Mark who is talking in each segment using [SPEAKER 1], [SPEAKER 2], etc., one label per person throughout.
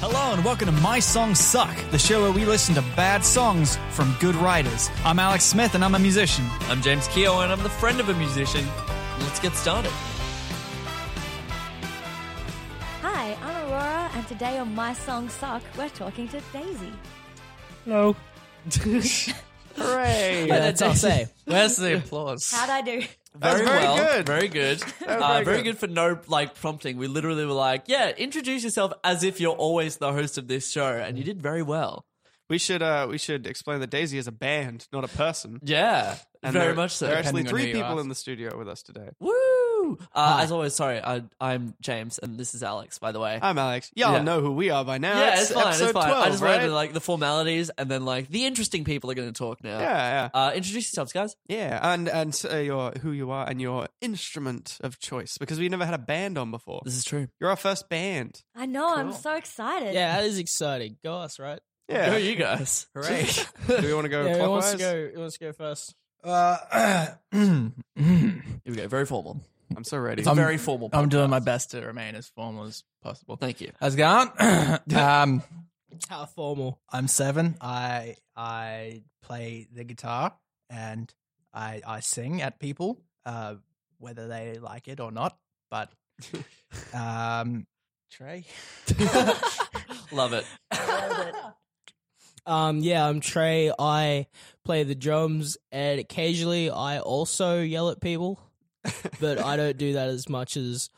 [SPEAKER 1] Hello and welcome to My Songs Suck, the show where we listen to bad songs from good writers. I'm Alex Smith and I'm a musician.
[SPEAKER 2] I'm James Keogh, and I'm the friend of a musician. Let's get started.
[SPEAKER 3] Hi, I'm Aurora, and today on My Song Suck, we're talking to Daisy.
[SPEAKER 4] Hello.
[SPEAKER 2] Hooray!
[SPEAKER 4] that's all I'll say.
[SPEAKER 2] Where's the applause?
[SPEAKER 3] How'd I do?
[SPEAKER 2] very,
[SPEAKER 4] very
[SPEAKER 2] well,
[SPEAKER 4] good.
[SPEAKER 2] Very good. uh, very good. for no like prompting. We literally were like, "Yeah, introduce yourself as if you're always the host of this show," and you did very well.
[SPEAKER 4] We should uh we should explain that Daisy is a band, not a person.
[SPEAKER 2] Yeah,
[SPEAKER 4] And
[SPEAKER 2] very
[SPEAKER 4] there-
[SPEAKER 2] much so.
[SPEAKER 4] There are actually
[SPEAKER 5] Depending on
[SPEAKER 4] three
[SPEAKER 5] who you
[SPEAKER 4] people
[SPEAKER 5] ask.
[SPEAKER 4] in the studio with us today.
[SPEAKER 2] Woo! Uh, as always, sorry, I, I'm James, and this is Alex. By the way,
[SPEAKER 4] I'm Alex. Y'all
[SPEAKER 2] Yeah.
[SPEAKER 4] know who we are by now.
[SPEAKER 2] yeah, it's, fine. It's
[SPEAKER 4] episode
[SPEAKER 2] fine.
[SPEAKER 4] 12,
[SPEAKER 2] I just
[SPEAKER 4] right?
[SPEAKER 2] wanted to, like the formalities, and then like the interesting people are going to talk now.
[SPEAKER 4] Yeah, yeah.
[SPEAKER 2] Uh, introduce yourselves, guys.
[SPEAKER 4] yeah, and and uh, your who you are and your instrument of choice because we never had a band on before.
[SPEAKER 2] This is true.
[SPEAKER 4] You're our first band.
[SPEAKER 3] I know, I'm so excited.
[SPEAKER 5] Yeah, that is exciting. Go us, right?
[SPEAKER 2] Who are
[SPEAKER 4] Yeah.
[SPEAKER 2] you guys?
[SPEAKER 5] Hooray.
[SPEAKER 4] Do we want to go
[SPEAKER 5] yeah, who wants
[SPEAKER 4] clockwise?
[SPEAKER 5] to go? Who wants to go first?
[SPEAKER 6] Uh,
[SPEAKER 2] Here we go. Very formal.
[SPEAKER 4] I'm so ready.
[SPEAKER 2] It's a very formal.
[SPEAKER 6] I'm doing
[SPEAKER 2] podcast.
[SPEAKER 6] my best to remain as formal as possible.
[SPEAKER 2] Thank you.
[SPEAKER 6] How's it going? um,
[SPEAKER 5] How formal?
[SPEAKER 6] I'm seven. I I play the guitar and I I sing at people, uh, whether they like it or not. But um, Trey,
[SPEAKER 2] Love it.
[SPEAKER 5] Um, yeah, I'm Trey. I play the drums, and occasionally I also yell at people, but I don't do that as much as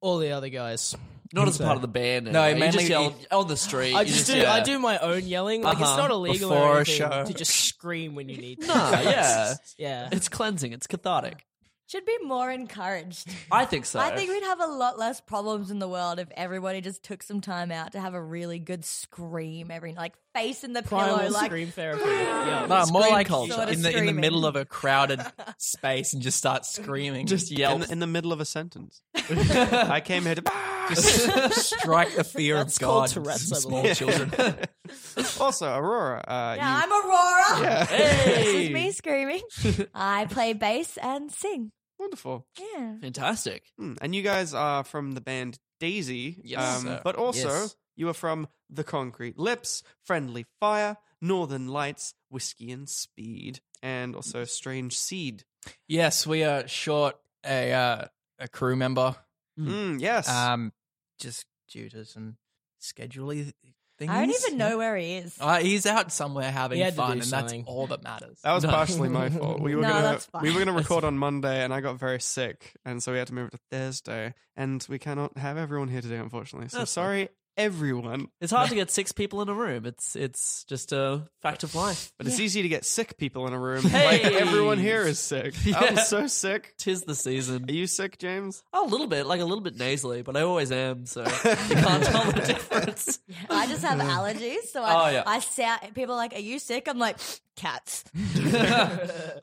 [SPEAKER 5] all the other guys.
[SPEAKER 2] Not as
[SPEAKER 6] So-
[SPEAKER 2] part of the band.
[SPEAKER 6] No,
[SPEAKER 2] anyway. you
[SPEAKER 6] mainly-
[SPEAKER 2] just yell on the street.
[SPEAKER 5] I
[SPEAKER 2] you
[SPEAKER 5] just, do.
[SPEAKER 2] yeah.
[SPEAKER 5] I do my own yelling. Like
[SPEAKER 2] Uh-huh.
[SPEAKER 5] it's not illegal
[SPEAKER 6] Before a
[SPEAKER 5] or anything
[SPEAKER 6] show.
[SPEAKER 5] to just scream when you need to.
[SPEAKER 2] Nah, yeah,
[SPEAKER 5] yeah.
[SPEAKER 2] it's cleansing. It's cathartic.
[SPEAKER 3] Should be more encouraged.
[SPEAKER 2] I think so.
[SPEAKER 3] I think we'd have a lot less problems in the world if everybody just took some time out to have a really good scream every like face in the pillow,
[SPEAKER 5] Primal
[SPEAKER 3] like
[SPEAKER 5] scream therapy. Yeah.
[SPEAKER 6] no, more
[SPEAKER 2] Scream
[SPEAKER 6] like
[SPEAKER 2] culture.
[SPEAKER 3] Sort of
[SPEAKER 6] in the in
[SPEAKER 3] screaming.
[SPEAKER 6] the middle of a crowded space and just start screaming,
[SPEAKER 2] just
[SPEAKER 4] in,
[SPEAKER 2] yell.
[SPEAKER 4] the, in the middle of a sentence. I came here to.
[SPEAKER 6] strike the fear
[SPEAKER 5] That's
[SPEAKER 6] of God
[SPEAKER 5] called
[SPEAKER 6] into
[SPEAKER 5] Tourette's, I
[SPEAKER 6] some small
[SPEAKER 5] believe.
[SPEAKER 6] children.
[SPEAKER 4] also, Aurora. Uh, you-
[SPEAKER 3] Yeah, I'm Aurora. This is
[SPEAKER 2] hey,
[SPEAKER 3] me screaming. I play bass and sing.
[SPEAKER 4] wonderful.
[SPEAKER 3] Yeah.
[SPEAKER 2] fantastic.
[SPEAKER 4] Hmm, And you guys are from the band Daisy, um,
[SPEAKER 2] Yes, sir.
[SPEAKER 4] but also
[SPEAKER 5] Yes.
[SPEAKER 4] you are from The Concrete Lips, Friendly Fire, Northern Lights, Whiskey and Speed, and also Strange Seed.
[SPEAKER 6] Yes, we are short a uh, a crew member.
[SPEAKER 2] Hmm.
[SPEAKER 4] Mm, yes,
[SPEAKER 6] Um, just due to some scheduley things.
[SPEAKER 3] I don't even know where he is.
[SPEAKER 2] Oh.
[SPEAKER 6] Uh, he's out somewhere having
[SPEAKER 5] He had to
[SPEAKER 6] fun, and
[SPEAKER 5] do
[SPEAKER 6] that's
[SPEAKER 5] something.
[SPEAKER 6] all that matters.
[SPEAKER 4] that was
[SPEAKER 2] no.
[SPEAKER 4] partially my fault. We were
[SPEAKER 3] No,
[SPEAKER 4] gonna
[SPEAKER 3] that's fine.
[SPEAKER 4] we were gonna record on Monday, and I got very sick, and so we had to move it to Thursday, and we cannot have everyone here today, unfortunately. So
[SPEAKER 2] That's fine.
[SPEAKER 4] sorry, everyone.
[SPEAKER 2] It's hard to get six people in a room. It's it's just a fact of life.
[SPEAKER 4] But it's easy to get sick people in a room. Like
[SPEAKER 2] Hey!
[SPEAKER 4] everyone here is sick. I'm
[SPEAKER 2] Yeah.
[SPEAKER 4] so sick.
[SPEAKER 2] Tis the season.
[SPEAKER 4] Are you sick, James?
[SPEAKER 2] A little bit, like a little bit nasally, but I always am, so you can't tell the difference.
[SPEAKER 3] I just have allergies, so I,
[SPEAKER 2] Oh, yeah.
[SPEAKER 3] I sound. People are like, "Are you sick?" I'm like, "Cats."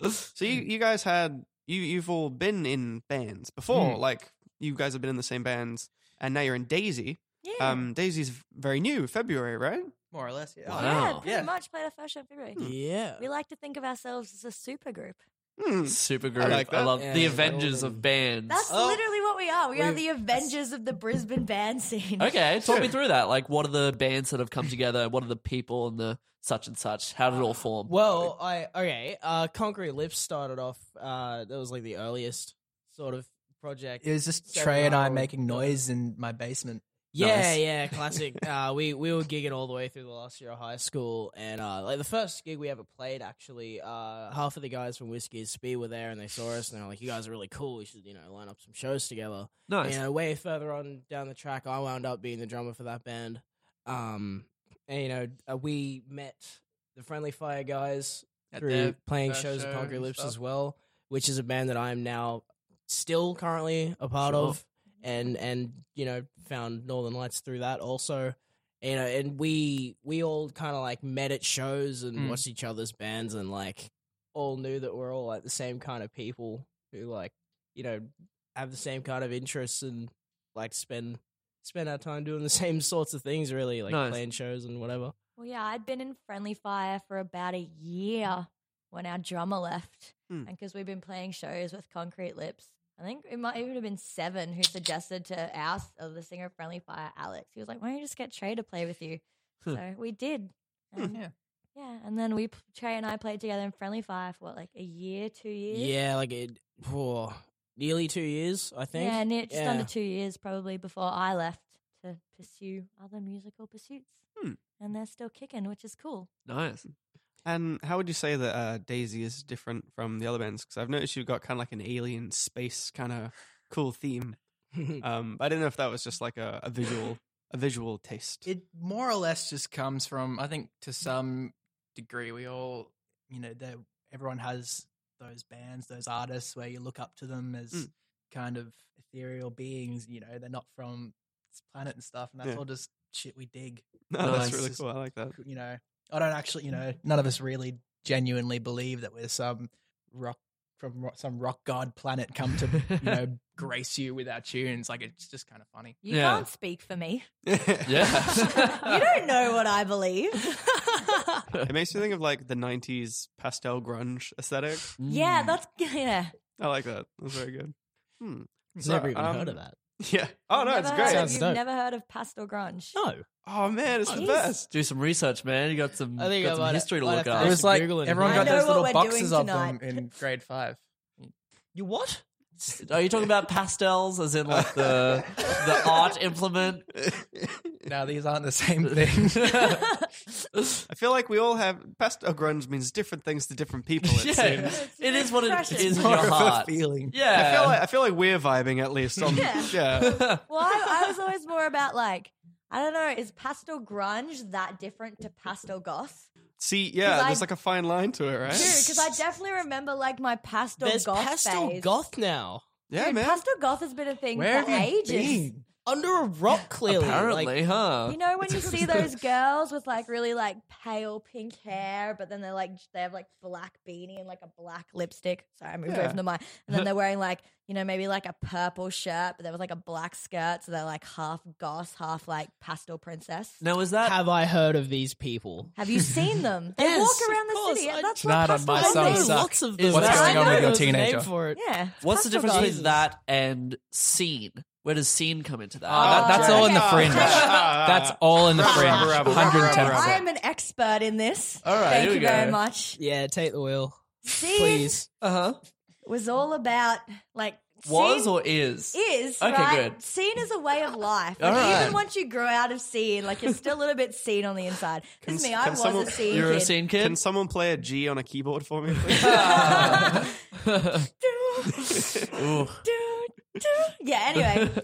[SPEAKER 4] So you, you guys had you you've all been in bands before,
[SPEAKER 3] Hmm.
[SPEAKER 4] like you guys have been in the same bands, and now you're in Daisy.
[SPEAKER 3] Yeah,
[SPEAKER 4] Um, Daisy's very new, February, right?
[SPEAKER 6] more or less. Yeah.
[SPEAKER 3] yeah,
[SPEAKER 2] Wow.
[SPEAKER 3] pretty
[SPEAKER 6] yeah.
[SPEAKER 3] much played our first show in February.
[SPEAKER 5] Hmm. Yeah.
[SPEAKER 3] We like to think of ourselves as a super group.
[SPEAKER 4] Hmm.
[SPEAKER 2] Super group.
[SPEAKER 4] I like that.
[SPEAKER 2] love
[SPEAKER 5] Yeah,
[SPEAKER 2] the
[SPEAKER 5] yeah.
[SPEAKER 2] Avengers of bands.
[SPEAKER 3] That's literally what we are. We are
[SPEAKER 5] We've-
[SPEAKER 3] the Avengers of the Brisbane band scene.
[SPEAKER 2] Okay, talk me through that. Like, what are the bands that have come together? What are the people and the such and such? How did it all form?
[SPEAKER 5] Well, I okay. Uh, Concrete Lips started off. Uh, that was like the earliest sort of project.
[SPEAKER 6] It was just
[SPEAKER 5] Seven
[SPEAKER 6] Trey and I
[SPEAKER 5] hours.
[SPEAKER 6] making noise in my basement.
[SPEAKER 5] yeah,
[SPEAKER 2] nice.
[SPEAKER 5] yeah, classic. uh, we we were gigging all the way through the last year of high school, and uh, like the first gig we ever played, actually, uh, half of the guys from Whiskey and Speed were there, and they saw us, and they were like, "You guys are really cool. We should, you know, line up some shows together."
[SPEAKER 2] nice.
[SPEAKER 5] You know, way further on down the track, I wound up being the drummer for that band. Um, and you know, uh, we met the Friendly Fire guys
[SPEAKER 6] At
[SPEAKER 5] through
[SPEAKER 6] their
[SPEAKER 5] playing
[SPEAKER 6] first
[SPEAKER 5] shows
[SPEAKER 6] show
[SPEAKER 5] at Concrete
[SPEAKER 6] and
[SPEAKER 5] Lips
[SPEAKER 6] stuff.
[SPEAKER 5] as well, which is a band that I am now still currently a part
[SPEAKER 2] Sure.
[SPEAKER 5] of, and and you know found Northern Lights through that also. You know, and we we all kind of like met at shows and
[SPEAKER 6] Mm.
[SPEAKER 5] watched each other's bands and like all knew that we're all like the same kind of people who like you know have the same kind of interests and like spend spend our time doing the same sorts of things really like
[SPEAKER 2] Nice.
[SPEAKER 5] playing shows and whatever.
[SPEAKER 3] Well, yeah, I'd been in Friendly Fire for about a year when our drummer left.
[SPEAKER 4] Hmm.
[SPEAKER 3] And because we've been playing shows with Concrete Lips, I think it might even have been Seven who suggested to our, uh, the singer of Friendly Fire, Alex. He was like, why don't you just get Trey to play with you?
[SPEAKER 2] Huh.
[SPEAKER 3] So we did.
[SPEAKER 4] Hmm.
[SPEAKER 3] And
[SPEAKER 6] Yeah.
[SPEAKER 3] yeah, and then we p- Trey and I played together in Friendly Fire for what, like a year, two years?
[SPEAKER 5] Yeah, like it for nearly two years, I think.
[SPEAKER 3] Yeah, near, just under
[SPEAKER 5] Yeah.
[SPEAKER 3] two years probably before I left to pursue other musical pursuits.
[SPEAKER 4] Hmm.
[SPEAKER 3] And they're still kicking, which is cool.
[SPEAKER 2] Nice.
[SPEAKER 4] And how would you say that uh, Daisy is different from the other bands? Because I've noticed you've got kind of like an alien space kind of cool theme. Um, but I don't know if that was just like a, a visual, a visual taste.
[SPEAKER 6] It more or less just comes from, I think, to some degree, we all, you know, that everyone has those bands, those artists where you look up to them as
[SPEAKER 4] Mm.
[SPEAKER 6] kind of ethereal beings. You know, they're not from this planet and stuff, and that's
[SPEAKER 4] Yeah.
[SPEAKER 6] all just shit we dig.
[SPEAKER 4] no, Oh, that's
[SPEAKER 6] Nice.
[SPEAKER 4] really cool. I like that.
[SPEAKER 6] You know, I don't actually, you know, none of us really genuinely believe that we're some rock from ro- some rock god planet come to you know grace you with our tunes. Like it's just kind of funny.
[SPEAKER 3] You
[SPEAKER 2] Yeah.
[SPEAKER 3] can't speak for me. you
[SPEAKER 2] Yeah.
[SPEAKER 3] don't know what I believe.
[SPEAKER 4] It makes me think of like the '90s pastel grunge aesthetic.
[SPEAKER 3] yeah, that's yeah.
[SPEAKER 4] I like that. That's very good. Hmm.
[SPEAKER 5] I've
[SPEAKER 4] So,
[SPEAKER 5] never even heard of
[SPEAKER 4] um,
[SPEAKER 5] that.
[SPEAKER 4] Yeah. Oh no, it's
[SPEAKER 3] Never
[SPEAKER 4] great.
[SPEAKER 3] Heard,
[SPEAKER 5] Sounds
[SPEAKER 3] you've
[SPEAKER 5] dope.
[SPEAKER 3] never heard of pastel grunge?
[SPEAKER 5] No.
[SPEAKER 4] Oh man, it's the
[SPEAKER 3] Jeez.
[SPEAKER 4] best.
[SPEAKER 2] Do some research, man. You got some,
[SPEAKER 5] I think I
[SPEAKER 2] got
[SPEAKER 5] might-
[SPEAKER 2] some history to
[SPEAKER 5] might
[SPEAKER 2] look
[SPEAKER 5] have to
[SPEAKER 2] up.
[SPEAKER 5] do It was some- like everyone
[SPEAKER 3] got those little boxes of them
[SPEAKER 6] in grade five.
[SPEAKER 5] You what?
[SPEAKER 2] Are you talking about pastels, as in like the the art implement?
[SPEAKER 6] Now these aren't the same thing.
[SPEAKER 4] I feel like we all have pastel grunge means different things to different people. It
[SPEAKER 2] yeah,
[SPEAKER 4] seems.
[SPEAKER 2] it is what it
[SPEAKER 3] Expression.
[SPEAKER 2] is in
[SPEAKER 6] More
[SPEAKER 2] your
[SPEAKER 6] of a
[SPEAKER 2] heart.
[SPEAKER 6] feeling.
[SPEAKER 2] Yeah,
[SPEAKER 4] I feel like I feel like we're vibing at least on
[SPEAKER 3] Yeah.
[SPEAKER 4] yeah.
[SPEAKER 3] Well, I, I was always more about like I don't know. Is pastel grunge that different to pastel goth?
[SPEAKER 4] See, yeah,
[SPEAKER 3] 'Cause I-
[SPEAKER 4] there's like a fine line to it,
[SPEAKER 3] True,
[SPEAKER 4] right?
[SPEAKER 3] because I definitely remember like my pastel
[SPEAKER 5] There's
[SPEAKER 3] goth
[SPEAKER 5] pastel
[SPEAKER 3] phase.
[SPEAKER 5] goth now.
[SPEAKER 4] Yeah,
[SPEAKER 3] Dude,
[SPEAKER 4] man.
[SPEAKER 3] pastel goth has been a thing
[SPEAKER 6] Where
[SPEAKER 3] for
[SPEAKER 6] have you
[SPEAKER 3] ages.
[SPEAKER 6] been?
[SPEAKER 5] Under a rock, clearly.
[SPEAKER 2] apparently,
[SPEAKER 5] Like,
[SPEAKER 2] huh?
[SPEAKER 3] You know when you see those girls with like really like pale pink hair, but then they're like they have like black beanie and like a black lipstick. Sorry, I moved away
[SPEAKER 4] Yeah.
[SPEAKER 3] from the mic. And then they're wearing like you know maybe like a purple shirt, but there was like a black skirt, so they're like half goss, half like pastel princess.
[SPEAKER 2] now is that
[SPEAKER 5] have I heard of these people?
[SPEAKER 3] Have you seen them? They
[SPEAKER 5] Yes,
[SPEAKER 3] walk around
[SPEAKER 5] of
[SPEAKER 3] the
[SPEAKER 5] course,
[SPEAKER 3] city.
[SPEAKER 5] I-
[SPEAKER 3] That's
[SPEAKER 6] Not
[SPEAKER 3] what
[SPEAKER 6] on
[SPEAKER 3] pastel
[SPEAKER 6] my
[SPEAKER 3] goth
[SPEAKER 6] son's
[SPEAKER 3] is.
[SPEAKER 5] know
[SPEAKER 6] suck.
[SPEAKER 5] lots of them.
[SPEAKER 2] What's
[SPEAKER 5] I
[SPEAKER 2] going on with
[SPEAKER 5] know
[SPEAKER 6] your
[SPEAKER 5] there's a
[SPEAKER 6] teenager?
[SPEAKER 5] name for it.
[SPEAKER 3] Yeah.
[SPEAKER 2] what's
[SPEAKER 3] pastel
[SPEAKER 2] the difference
[SPEAKER 3] goth.
[SPEAKER 2] between that and scene? Where does scene come into Ah, that?
[SPEAKER 3] Oh,
[SPEAKER 6] Ah,
[SPEAKER 7] that, that's
[SPEAKER 3] okay.
[SPEAKER 7] all in the
[SPEAKER 3] Okay.
[SPEAKER 7] fringe. That's all in the fringe.
[SPEAKER 4] Rubber, rubber, rubber, rubber,
[SPEAKER 3] I
[SPEAKER 7] 110%.
[SPEAKER 3] am an expert in this.
[SPEAKER 2] All right,
[SPEAKER 3] Thank
[SPEAKER 2] here
[SPEAKER 3] you
[SPEAKER 2] we
[SPEAKER 3] very
[SPEAKER 2] go.
[SPEAKER 3] much.
[SPEAKER 5] Yeah, take the wheel,
[SPEAKER 3] Scene
[SPEAKER 5] please.
[SPEAKER 2] uh huh.
[SPEAKER 3] was all about like
[SPEAKER 2] Was
[SPEAKER 3] scene
[SPEAKER 2] or is?
[SPEAKER 3] is
[SPEAKER 2] Okay,
[SPEAKER 3] right.
[SPEAKER 2] good.
[SPEAKER 3] Scene is a way of life.
[SPEAKER 2] All
[SPEAKER 3] Like,
[SPEAKER 2] right.
[SPEAKER 3] Even once you grow out of scene, like you're still a little bit scene on the inside. Because
[SPEAKER 4] Can-
[SPEAKER 3] me, I
[SPEAKER 4] can
[SPEAKER 3] was
[SPEAKER 4] someone-
[SPEAKER 3] a scene
[SPEAKER 2] You're
[SPEAKER 3] kid.
[SPEAKER 2] a scene
[SPEAKER 4] Can
[SPEAKER 2] kid.
[SPEAKER 4] someone play a G on a keyboard for me? please?
[SPEAKER 2] Ooh.
[SPEAKER 3] yeah. Anyway,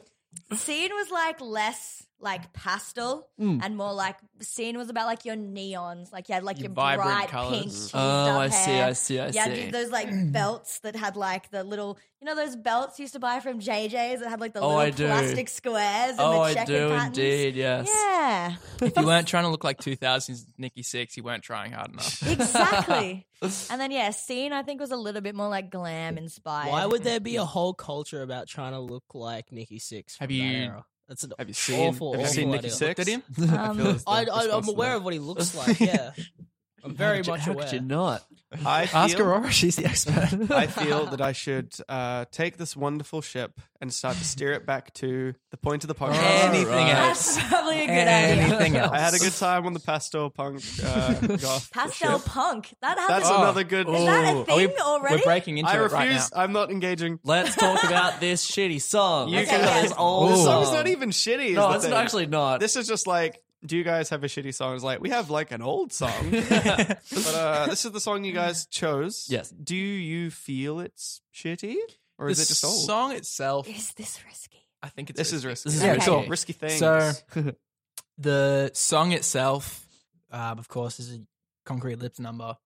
[SPEAKER 3] scene was like less like pastel
[SPEAKER 2] Hmm.
[SPEAKER 3] and more like scene was about like your neons, like you had like your,
[SPEAKER 6] Your vibrant
[SPEAKER 3] bright
[SPEAKER 6] colours.
[SPEAKER 3] pink. cheesed
[SPEAKER 2] Oh,
[SPEAKER 3] up
[SPEAKER 2] I see,
[SPEAKER 3] hair.
[SPEAKER 2] I see, I
[SPEAKER 3] yeah,
[SPEAKER 2] see.
[SPEAKER 3] Yeah, those like belts that had like the little, you know, those belts you used to buy from JJ's that had like the
[SPEAKER 2] Oh, I do.
[SPEAKER 3] little plastic squares and
[SPEAKER 2] Oh,
[SPEAKER 3] the
[SPEAKER 2] I
[SPEAKER 3] checkered
[SPEAKER 2] do
[SPEAKER 3] patterns.
[SPEAKER 2] indeed. Yes.
[SPEAKER 3] Yeah.
[SPEAKER 7] If you weren't trying to look like 2000s Nikki Six, you weren't trying hard enough.
[SPEAKER 3] Exactly. and then yeah, scene I think was a little bit more like glam inspired.
[SPEAKER 5] Why would there be a whole culture about trying to look like Nikki Six? From
[SPEAKER 7] Have
[SPEAKER 5] that
[SPEAKER 7] you-
[SPEAKER 5] era? That's an
[SPEAKER 4] Have you seen
[SPEAKER 5] awful,
[SPEAKER 4] Have you
[SPEAKER 5] awful
[SPEAKER 4] seen Nikki
[SPEAKER 5] idea.
[SPEAKER 4] Six?
[SPEAKER 7] Looked at him?
[SPEAKER 4] I feel it's the
[SPEAKER 5] I, I,
[SPEAKER 4] response
[SPEAKER 5] I'm
[SPEAKER 4] to
[SPEAKER 5] aware
[SPEAKER 4] that.
[SPEAKER 5] of what he looks like. Yeah, I'm very
[SPEAKER 2] How
[SPEAKER 5] much
[SPEAKER 2] could you-
[SPEAKER 5] aware.
[SPEAKER 2] How could you not?
[SPEAKER 4] I
[SPEAKER 7] Ask
[SPEAKER 4] feel-
[SPEAKER 7] Aurora, she's the expert.
[SPEAKER 4] I feel that I should uh, take this wonderful ship and start to steer it back to the point of the
[SPEAKER 7] Oh,
[SPEAKER 4] podcast.
[SPEAKER 6] Anything
[SPEAKER 2] Alright.
[SPEAKER 6] else?
[SPEAKER 3] That's probably a good idea.
[SPEAKER 6] Anything else?
[SPEAKER 4] I had a good time on the pastel punk uh, goth
[SPEAKER 3] Pastel
[SPEAKER 4] ship.
[SPEAKER 3] punk. That has
[SPEAKER 4] That's
[SPEAKER 3] a,
[SPEAKER 4] another good.
[SPEAKER 3] Is that a
[SPEAKER 7] Are
[SPEAKER 3] thing already?
[SPEAKER 7] We're breaking Oh. into
[SPEAKER 4] I
[SPEAKER 7] it right
[SPEAKER 4] refuse.
[SPEAKER 7] now.
[SPEAKER 4] I'm not engaging.
[SPEAKER 2] Let's talk about this shitty song.
[SPEAKER 4] You
[SPEAKER 2] Let's
[SPEAKER 4] can-
[SPEAKER 2] talk about this old
[SPEAKER 7] Ooh.
[SPEAKER 4] Oh, This
[SPEAKER 2] song.
[SPEAKER 4] song's not even shitty. is
[SPEAKER 2] Oh. No,
[SPEAKER 4] the
[SPEAKER 2] it's
[SPEAKER 4] thing.
[SPEAKER 2] actually not.
[SPEAKER 4] This is just like, do you guys have a shitty song? It's like we have like an old song, but uh, this is the song you guys chose.
[SPEAKER 2] Yes.
[SPEAKER 4] Do you feel it's shitty, or
[SPEAKER 6] The
[SPEAKER 4] is it just old?
[SPEAKER 6] song itself?
[SPEAKER 3] Is this risky?
[SPEAKER 6] I think it's
[SPEAKER 4] This is risky.
[SPEAKER 2] This is
[SPEAKER 3] Okay.
[SPEAKER 2] risky.
[SPEAKER 4] Risky things.
[SPEAKER 6] So the song itself, um, of course, is a Concrete Lips number.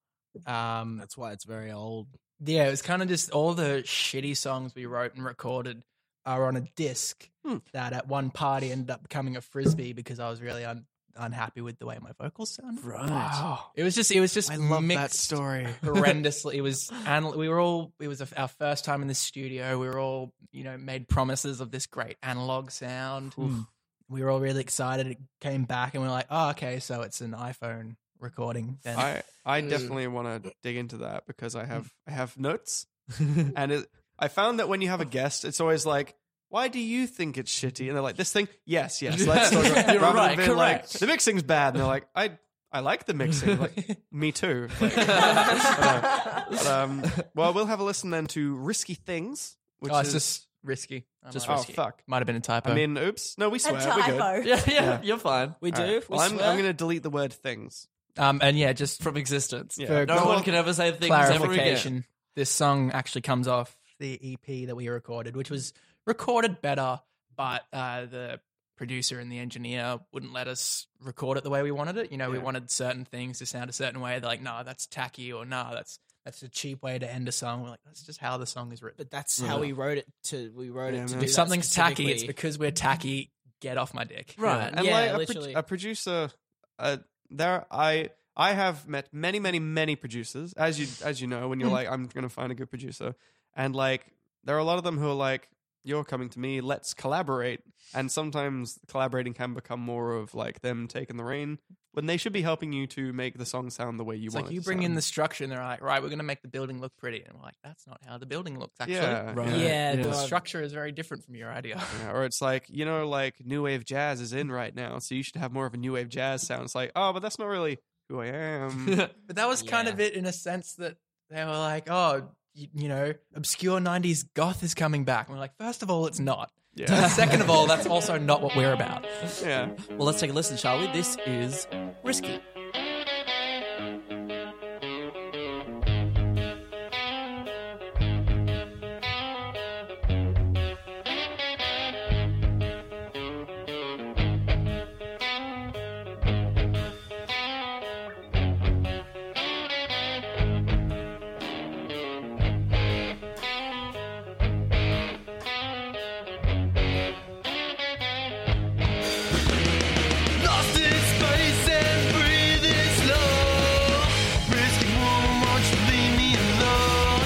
[SPEAKER 6] Um,
[SPEAKER 5] That's why it's very old.
[SPEAKER 7] yeah, it was kind of just all the shitty songs we wrote and recorded are on a disc
[SPEAKER 4] Hmm.
[SPEAKER 7] that at one party ended up becoming a frisbee because I was really un- unhappy with the way my vocals sounded.
[SPEAKER 2] Right.
[SPEAKER 7] It was just, it was just
[SPEAKER 4] I love that
[SPEAKER 7] mixed
[SPEAKER 4] story.
[SPEAKER 7] horrendously. It was, anal- we were all, it was our first time in the studio. We were all, you know, made promises of this great analog sound.
[SPEAKER 4] Hmm.
[SPEAKER 7] We were all really excited. It came back and we are like, oh, okay, so it's an iPhone recording. Then.
[SPEAKER 4] I I
[SPEAKER 5] Mm.
[SPEAKER 4] definitely want to dig into that because I have I have notes, and it, I found that when you have a guest, it's always like, "Why do you think it's shitty?" And they're like, "This thing, yes, yes, let's talk about it."
[SPEAKER 2] You're
[SPEAKER 4] Rather than
[SPEAKER 2] right,
[SPEAKER 4] being like,
[SPEAKER 2] correct.
[SPEAKER 4] the mixing's bad, and they're like, "I I like the mixing." I'm like, me too. Like, uh, but, um, well, we'll have a listen then to "Risky Things," which
[SPEAKER 7] oh,
[SPEAKER 4] is
[SPEAKER 7] it's just risky. I
[SPEAKER 2] Just
[SPEAKER 7] might-
[SPEAKER 4] oh
[SPEAKER 2] risky.
[SPEAKER 4] fuck.
[SPEAKER 7] Might have been a typo.
[SPEAKER 4] I mean, oops. No, we
[SPEAKER 3] A
[SPEAKER 4] swear. We're good.
[SPEAKER 3] typo.
[SPEAKER 2] Yeah, yeah,
[SPEAKER 4] Yeah.
[SPEAKER 2] you're fine.
[SPEAKER 5] We do.
[SPEAKER 4] All right.
[SPEAKER 5] We
[SPEAKER 4] Well, I'm,
[SPEAKER 5] swear.
[SPEAKER 4] I'm going to delete the word things.
[SPEAKER 7] um, and yeah, just
[SPEAKER 2] From existence.
[SPEAKER 4] Yeah.
[SPEAKER 7] For
[SPEAKER 2] No
[SPEAKER 7] clar-
[SPEAKER 2] one can ever say things ever again.
[SPEAKER 7] clarification, this song actually comes off the EP that we recorded, which was recorded better, but uh, the producer and the engineer wouldn't let us record it the way we wanted it. You know, we
[SPEAKER 4] Yeah.
[SPEAKER 7] wanted certain things to sound a certain way. They're like, "Nah, that's tacky," or "Nah, that's that's a cheap way to end a song." We're like, "That's just how the song is written."
[SPEAKER 5] But that's how we wrote it. To we wrote
[SPEAKER 4] Yeah,
[SPEAKER 5] it. To
[SPEAKER 4] man.
[SPEAKER 5] do
[SPEAKER 7] If
[SPEAKER 5] that
[SPEAKER 7] something's tacky, it's
[SPEAKER 5] specifically.
[SPEAKER 7] because we're tacky. Get off my dick.
[SPEAKER 2] Right.
[SPEAKER 4] and
[SPEAKER 5] Yeah,
[SPEAKER 4] like a, pro-
[SPEAKER 5] literally.
[SPEAKER 4] a producer uh, there i i have met many many many producers as you as you know when
[SPEAKER 7] Hmm.
[SPEAKER 4] you're like i'm gonna find a good producer and like there are a lot of them who are like you're coming to me let's collaborate and sometimes collaborating can become more of like them taking the reign when they should be helping you to make the song sound the way you
[SPEAKER 7] It's
[SPEAKER 4] want
[SPEAKER 7] like
[SPEAKER 4] it
[SPEAKER 7] you
[SPEAKER 4] to
[SPEAKER 7] bring in
[SPEAKER 4] sound.
[SPEAKER 7] the structure, and they're like, "Right, we're going to make the building look pretty," and we're like, "That's not how the building looks." Actually,
[SPEAKER 4] yeah,
[SPEAKER 2] Right.
[SPEAKER 4] yeah.
[SPEAKER 5] yeah,
[SPEAKER 2] Yeah.
[SPEAKER 5] God.
[SPEAKER 7] the structure is very different from your idea.
[SPEAKER 4] Yeah, or it's like you know like new wave jazz is in right now so you should have more of a new wave jazz sound it's like oh but that's not really who i am
[SPEAKER 7] But that was kind
[SPEAKER 5] Yeah.
[SPEAKER 7] of it in a sense that they were like, "Oh, you, you know, obscure '90s goth is coming back." And we're like, first of all, it's not.
[SPEAKER 4] yeah
[SPEAKER 7] Second of all, that's also not what we're about.
[SPEAKER 4] yeah
[SPEAKER 2] Well, let's take a listen, shall we? This is risky.
[SPEAKER 6] Lost in space and breathing slow. Risking more, won't you leave me alone?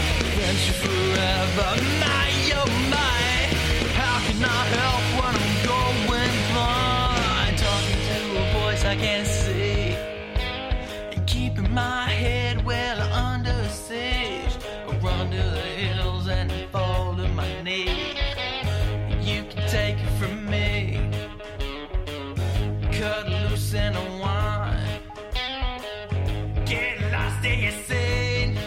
[SPEAKER 6] Venture forever, my oh my. How can I help when I'm going blind? Talking to a voice I can't see. And keeping my head well under siege. I run to the hills and fall to my knees. You can take it from me cut loose and unwind. Get lost in your sin.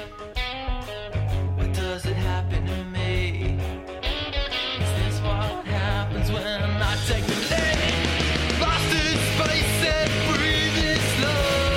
[SPEAKER 6] What does it happen to me? Is this what happens when I take the lead? Lost in space and breathe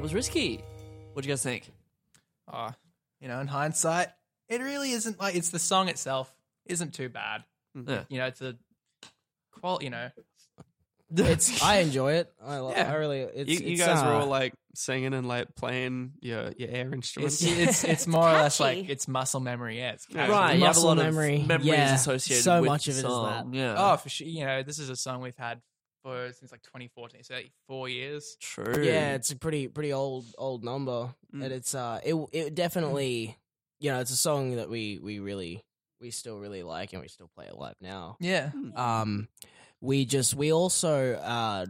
[SPEAKER 2] was risky. What do you guys think?
[SPEAKER 7] Ah,
[SPEAKER 6] You know, in hindsight, it really isn't like it's the song itself isn't too bad.
[SPEAKER 2] Yeah.
[SPEAKER 6] You know, it's a qual. You know,
[SPEAKER 5] It's I enjoy it. I, li-
[SPEAKER 4] Yeah.
[SPEAKER 5] I really. It's,
[SPEAKER 4] You, you
[SPEAKER 5] it's,
[SPEAKER 4] guys were
[SPEAKER 5] uh,
[SPEAKER 4] all like singing and like playing your your air instruments.
[SPEAKER 7] it's, it's it's more or less
[SPEAKER 3] catchy.
[SPEAKER 7] like it's muscle memory. Yeah, it's
[SPEAKER 4] Yeah.
[SPEAKER 2] Right, you have a
[SPEAKER 5] muscle
[SPEAKER 2] lot
[SPEAKER 5] memory.
[SPEAKER 2] of memories
[SPEAKER 5] Yeah,
[SPEAKER 2] associated
[SPEAKER 5] so
[SPEAKER 2] with
[SPEAKER 5] much of
[SPEAKER 2] the
[SPEAKER 5] it is
[SPEAKER 2] song.
[SPEAKER 5] that.
[SPEAKER 2] Yeah.
[SPEAKER 7] Oh, for sure. You know, this is a song we've had for since like 2014, so like four years.
[SPEAKER 2] true.
[SPEAKER 5] Yeah, it's a pretty pretty old old number,
[SPEAKER 4] Mm.
[SPEAKER 5] and it's uh, it it definitely, you know, it's a song that we we really we still really like, and we still play it live now.
[SPEAKER 6] yeah,
[SPEAKER 5] Um,
[SPEAKER 4] Mm-hmm.
[SPEAKER 5] we just we also uh,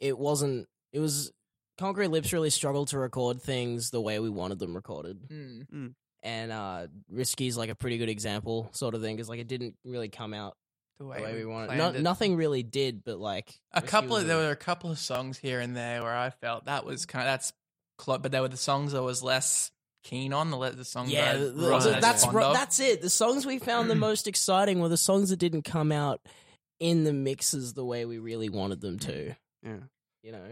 [SPEAKER 5] it wasn't it was Concrete Lips really struggled to record things the way we wanted them recorded,
[SPEAKER 7] Hmm.
[SPEAKER 6] Mm.
[SPEAKER 5] and uh, Risky's like a pretty good example sort of thing because like it didn't really come out
[SPEAKER 7] The
[SPEAKER 5] the way we wanted.
[SPEAKER 7] planned
[SPEAKER 5] No,
[SPEAKER 7] it.
[SPEAKER 5] nothing really did, but like
[SPEAKER 7] A
[SPEAKER 5] Risky
[SPEAKER 7] couple
[SPEAKER 5] was
[SPEAKER 7] of
[SPEAKER 5] a-
[SPEAKER 7] there were a couple of songs here and there where I felt that was kind of that's, clo- but they were the songs I was less keen on. The le- the songs
[SPEAKER 5] Yeah,
[SPEAKER 7] I
[SPEAKER 5] th- th-
[SPEAKER 7] wasn't
[SPEAKER 2] right.
[SPEAKER 7] as
[SPEAKER 5] that's
[SPEAKER 7] fond
[SPEAKER 5] ro-
[SPEAKER 7] of.
[SPEAKER 5] that's it. The songs we found the most exciting were the songs that didn't come out in the mixes the way we really wanted them to.
[SPEAKER 4] Yeah.
[SPEAKER 5] You know,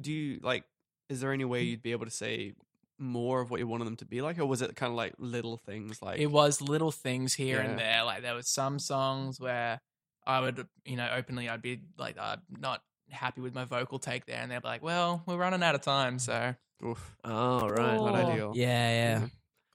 [SPEAKER 4] Do you like? Is there any way
[SPEAKER 5] Mm.
[SPEAKER 4] you'd be able to say more of what you wanted them to be like, or was it kind of like little things like?
[SPEAKER 7] it was little things here
[SPEAKER 4] Yeah.
[SPEAKER 7] and there. Like there was some songs where I would, you know, openly I'd be like, I'm not happy with my vocal take there, and they'd be like, "Well, we're running out of time, so
[SPEAKER 4] Oof,
[SPEAKER 2] Oh, right.
[SPEAKER 4] not
[SPEAKER 3] Oh.
[SPEAKER 4] ideal.
[SPEAKER 5] yeah, yeah.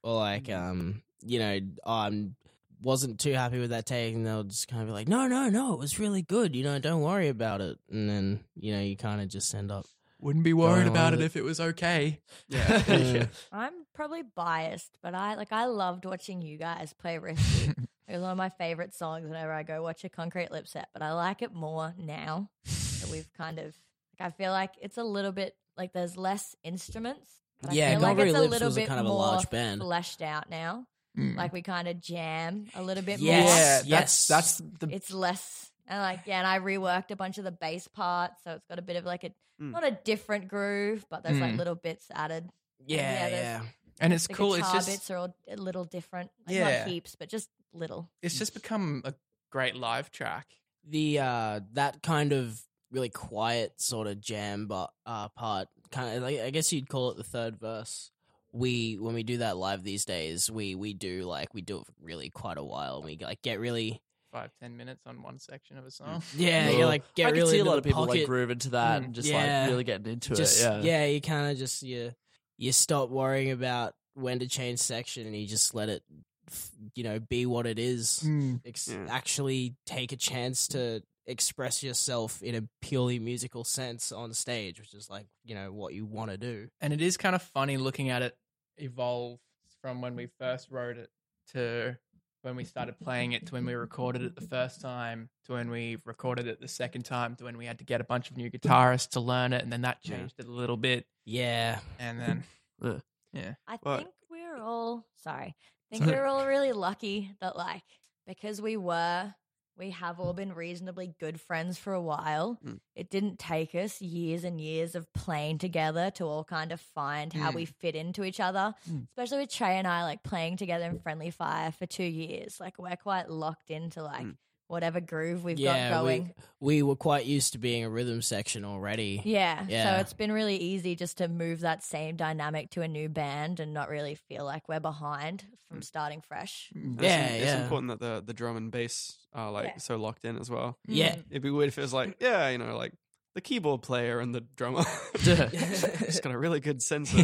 [SPEAKER 5] Or like, um, you know, I'm wasn't too happy with that take, and they'll just kind of be like, "No, no, no, it was really good. You know, don't worry about it." And then you know, you kind of just end up.
[SPEAKER 7] wouldn't be
[SPEAKER 5] worried about it
[SPEAKER 7] if it was okay."
[SPEAKER 4] Yeah.
[SPEAKER 5] Yeah.
[SPEAKER 3] I'm probably biased, but I like I loved watching you guys play Risky. it was one of my favorite songs whenever I go watch a Concrete Lip set, but I like it more now that we've kind of like I feel like it's a little bit like there's less instruments. but I
[SPEAKER 5] Yeah,
[SPEAKER 3] feel like
[SPEAKER 5] Concrete
[SPEAKER 3] it's a
[SPEAKER 5] Lips
[SPEAKER 3] little
[SPEAKER 5] was a
[SPEAKER 3] bit
[SPEAKER 5] kind of a
[SPEAKER 3] more
[SPEAKER 5] large band. Mm.
[SPEAKER 3] fleshed out now. Like we kind of jam a little bit
[SPEAKER 5] Yes.
[SPEAKER 3] more.
[SPEAKER 7] Yeah,
[SPEAKER 5] Yes.
[SPEAKER 7] that's that's the
[SPEAKER 3] it's less and like yeah and i reworked a bunch of the bass parts so it's got a bit of like a
[SPEAKER 4] Mm.
[SPEAKER 3] not a different groove but there's like
[SPEAKER 7] Mm.
[SPEAKER 3] little bits added
[SPEAKER 5] Yeah,
[SPEAKER 3] Yeah,
[SPEAKER 5] yeah.
[SPEAKER 3] there's-
[SPEAKER 7] and it's
[SPEAKER 3] the
[SPEAKER 7] cool. It's
[SPEAKER 3] guitar
[SPEAKER 7] just
[SPEAKER 3] bits are all a little different like,
[SPEAKER 7] Yeah.
[SPEAKER 3] not heaps but just little
[SPEAKER 7] it's just become a great live track.
[SPEAKER 5] the uh that kind of really quiet sort of jam but uh part kind of like i guess you'd call it the third verse we when we do that live these days we we do like we do it for really quite a while and we like get really
[SPEAKER 7] Five ten minutes on one section of a song.
[SPEAKER 5] yeah
[SPEAKER 2] Cool.
[SPEAKER 5] you like get
[SPEAKER 2] I
[SPEAKER 5] really
[SPEAKER 2] can see a
[SPEAKER 5] into
[SPEAKER 2] lot
[SPEAKER 5] the
[SPEAKER 2] of people like
[SPEAKER 5] pocket.
[SPEAKER 2] grooving to that
[SPEAKER 7] Mm.
[SPEAKER 2] and just
[SPEAKER 5] Yeah.
[SPEAKER 2] like really getting into
[SPEAKER 5] just
[SPEAKER 2] it. Yeah.
[SPEAKER 5] you kind of just you you stop worrying about when to change section and you just let it f- you know be what it is ex-
[SPEAKER 4] Yeah.
[SPEAKER 5] actually take a chance to express yourself in a purely musical sense on stage, which is like you know what you want to do.
[SPEAKER 7] and it is kind of funny looking at it evolve from when we first wrote it to when we started playing it to when we recorded it the first time to when we recorded it the second time to when we had to get a bunch of new guitarists to learn it and then that
[SPEAKER 4] Yeah.
[SPEAKER 7] changed it a little bit
[SPEAKER 5] Yeah,
[SPEAKER 7] and then
[SPEAKER 3] i
[SPEAKER 4] Well-
[SPEAKER 3] think we're all sorry i think we're all really lucky that like because we were we have
[SPEAKER 5] Hmm.
[SPEAKER 3] all been reasonably good friends for a while
[SPEAKER 4] Mm.
[SPEAKER 3] it didn't take us years and years of playing together to all kind of find how
[SPEAKER 5] Hmm.
[SPEAKER 3] we fit into each other especially with Trey and I like playing together in Friendly Fire for two years. Like we're quite locked into like whatever groove we've
[SPEAKER 5] Hmm. yeah.
[SPEAKER 3] got going.
[SPEAKER 5] We, we were quite used to being a rhythm section already.
[SPEAKER 3] yeah.
[SPEAKER 5] Yeah.
[SPEAKER 3] So it's been really easy just to move that same dynamic to a new band and not really feel like we're behind
[SPEAKER 4] Mm.
[SPEAKER 3] from starting fresh.
[SPEAKER 4] And it's im-
[SPEAKER 5] Yeah,
[SPEAKER 4] it's,
[SPEAKER 5] yeah.
[SPEAKER 4] important that the the drum and bass are like
[SPEAKER 3] Yeah.
[SPEAKER 4] so locked in as well.
[SPEAKER 5] Yeah.
[SPEAKER 4] It'd be weird if it was like, yeah, you know, like the keyboard player and the drummer. Just got a really good sense of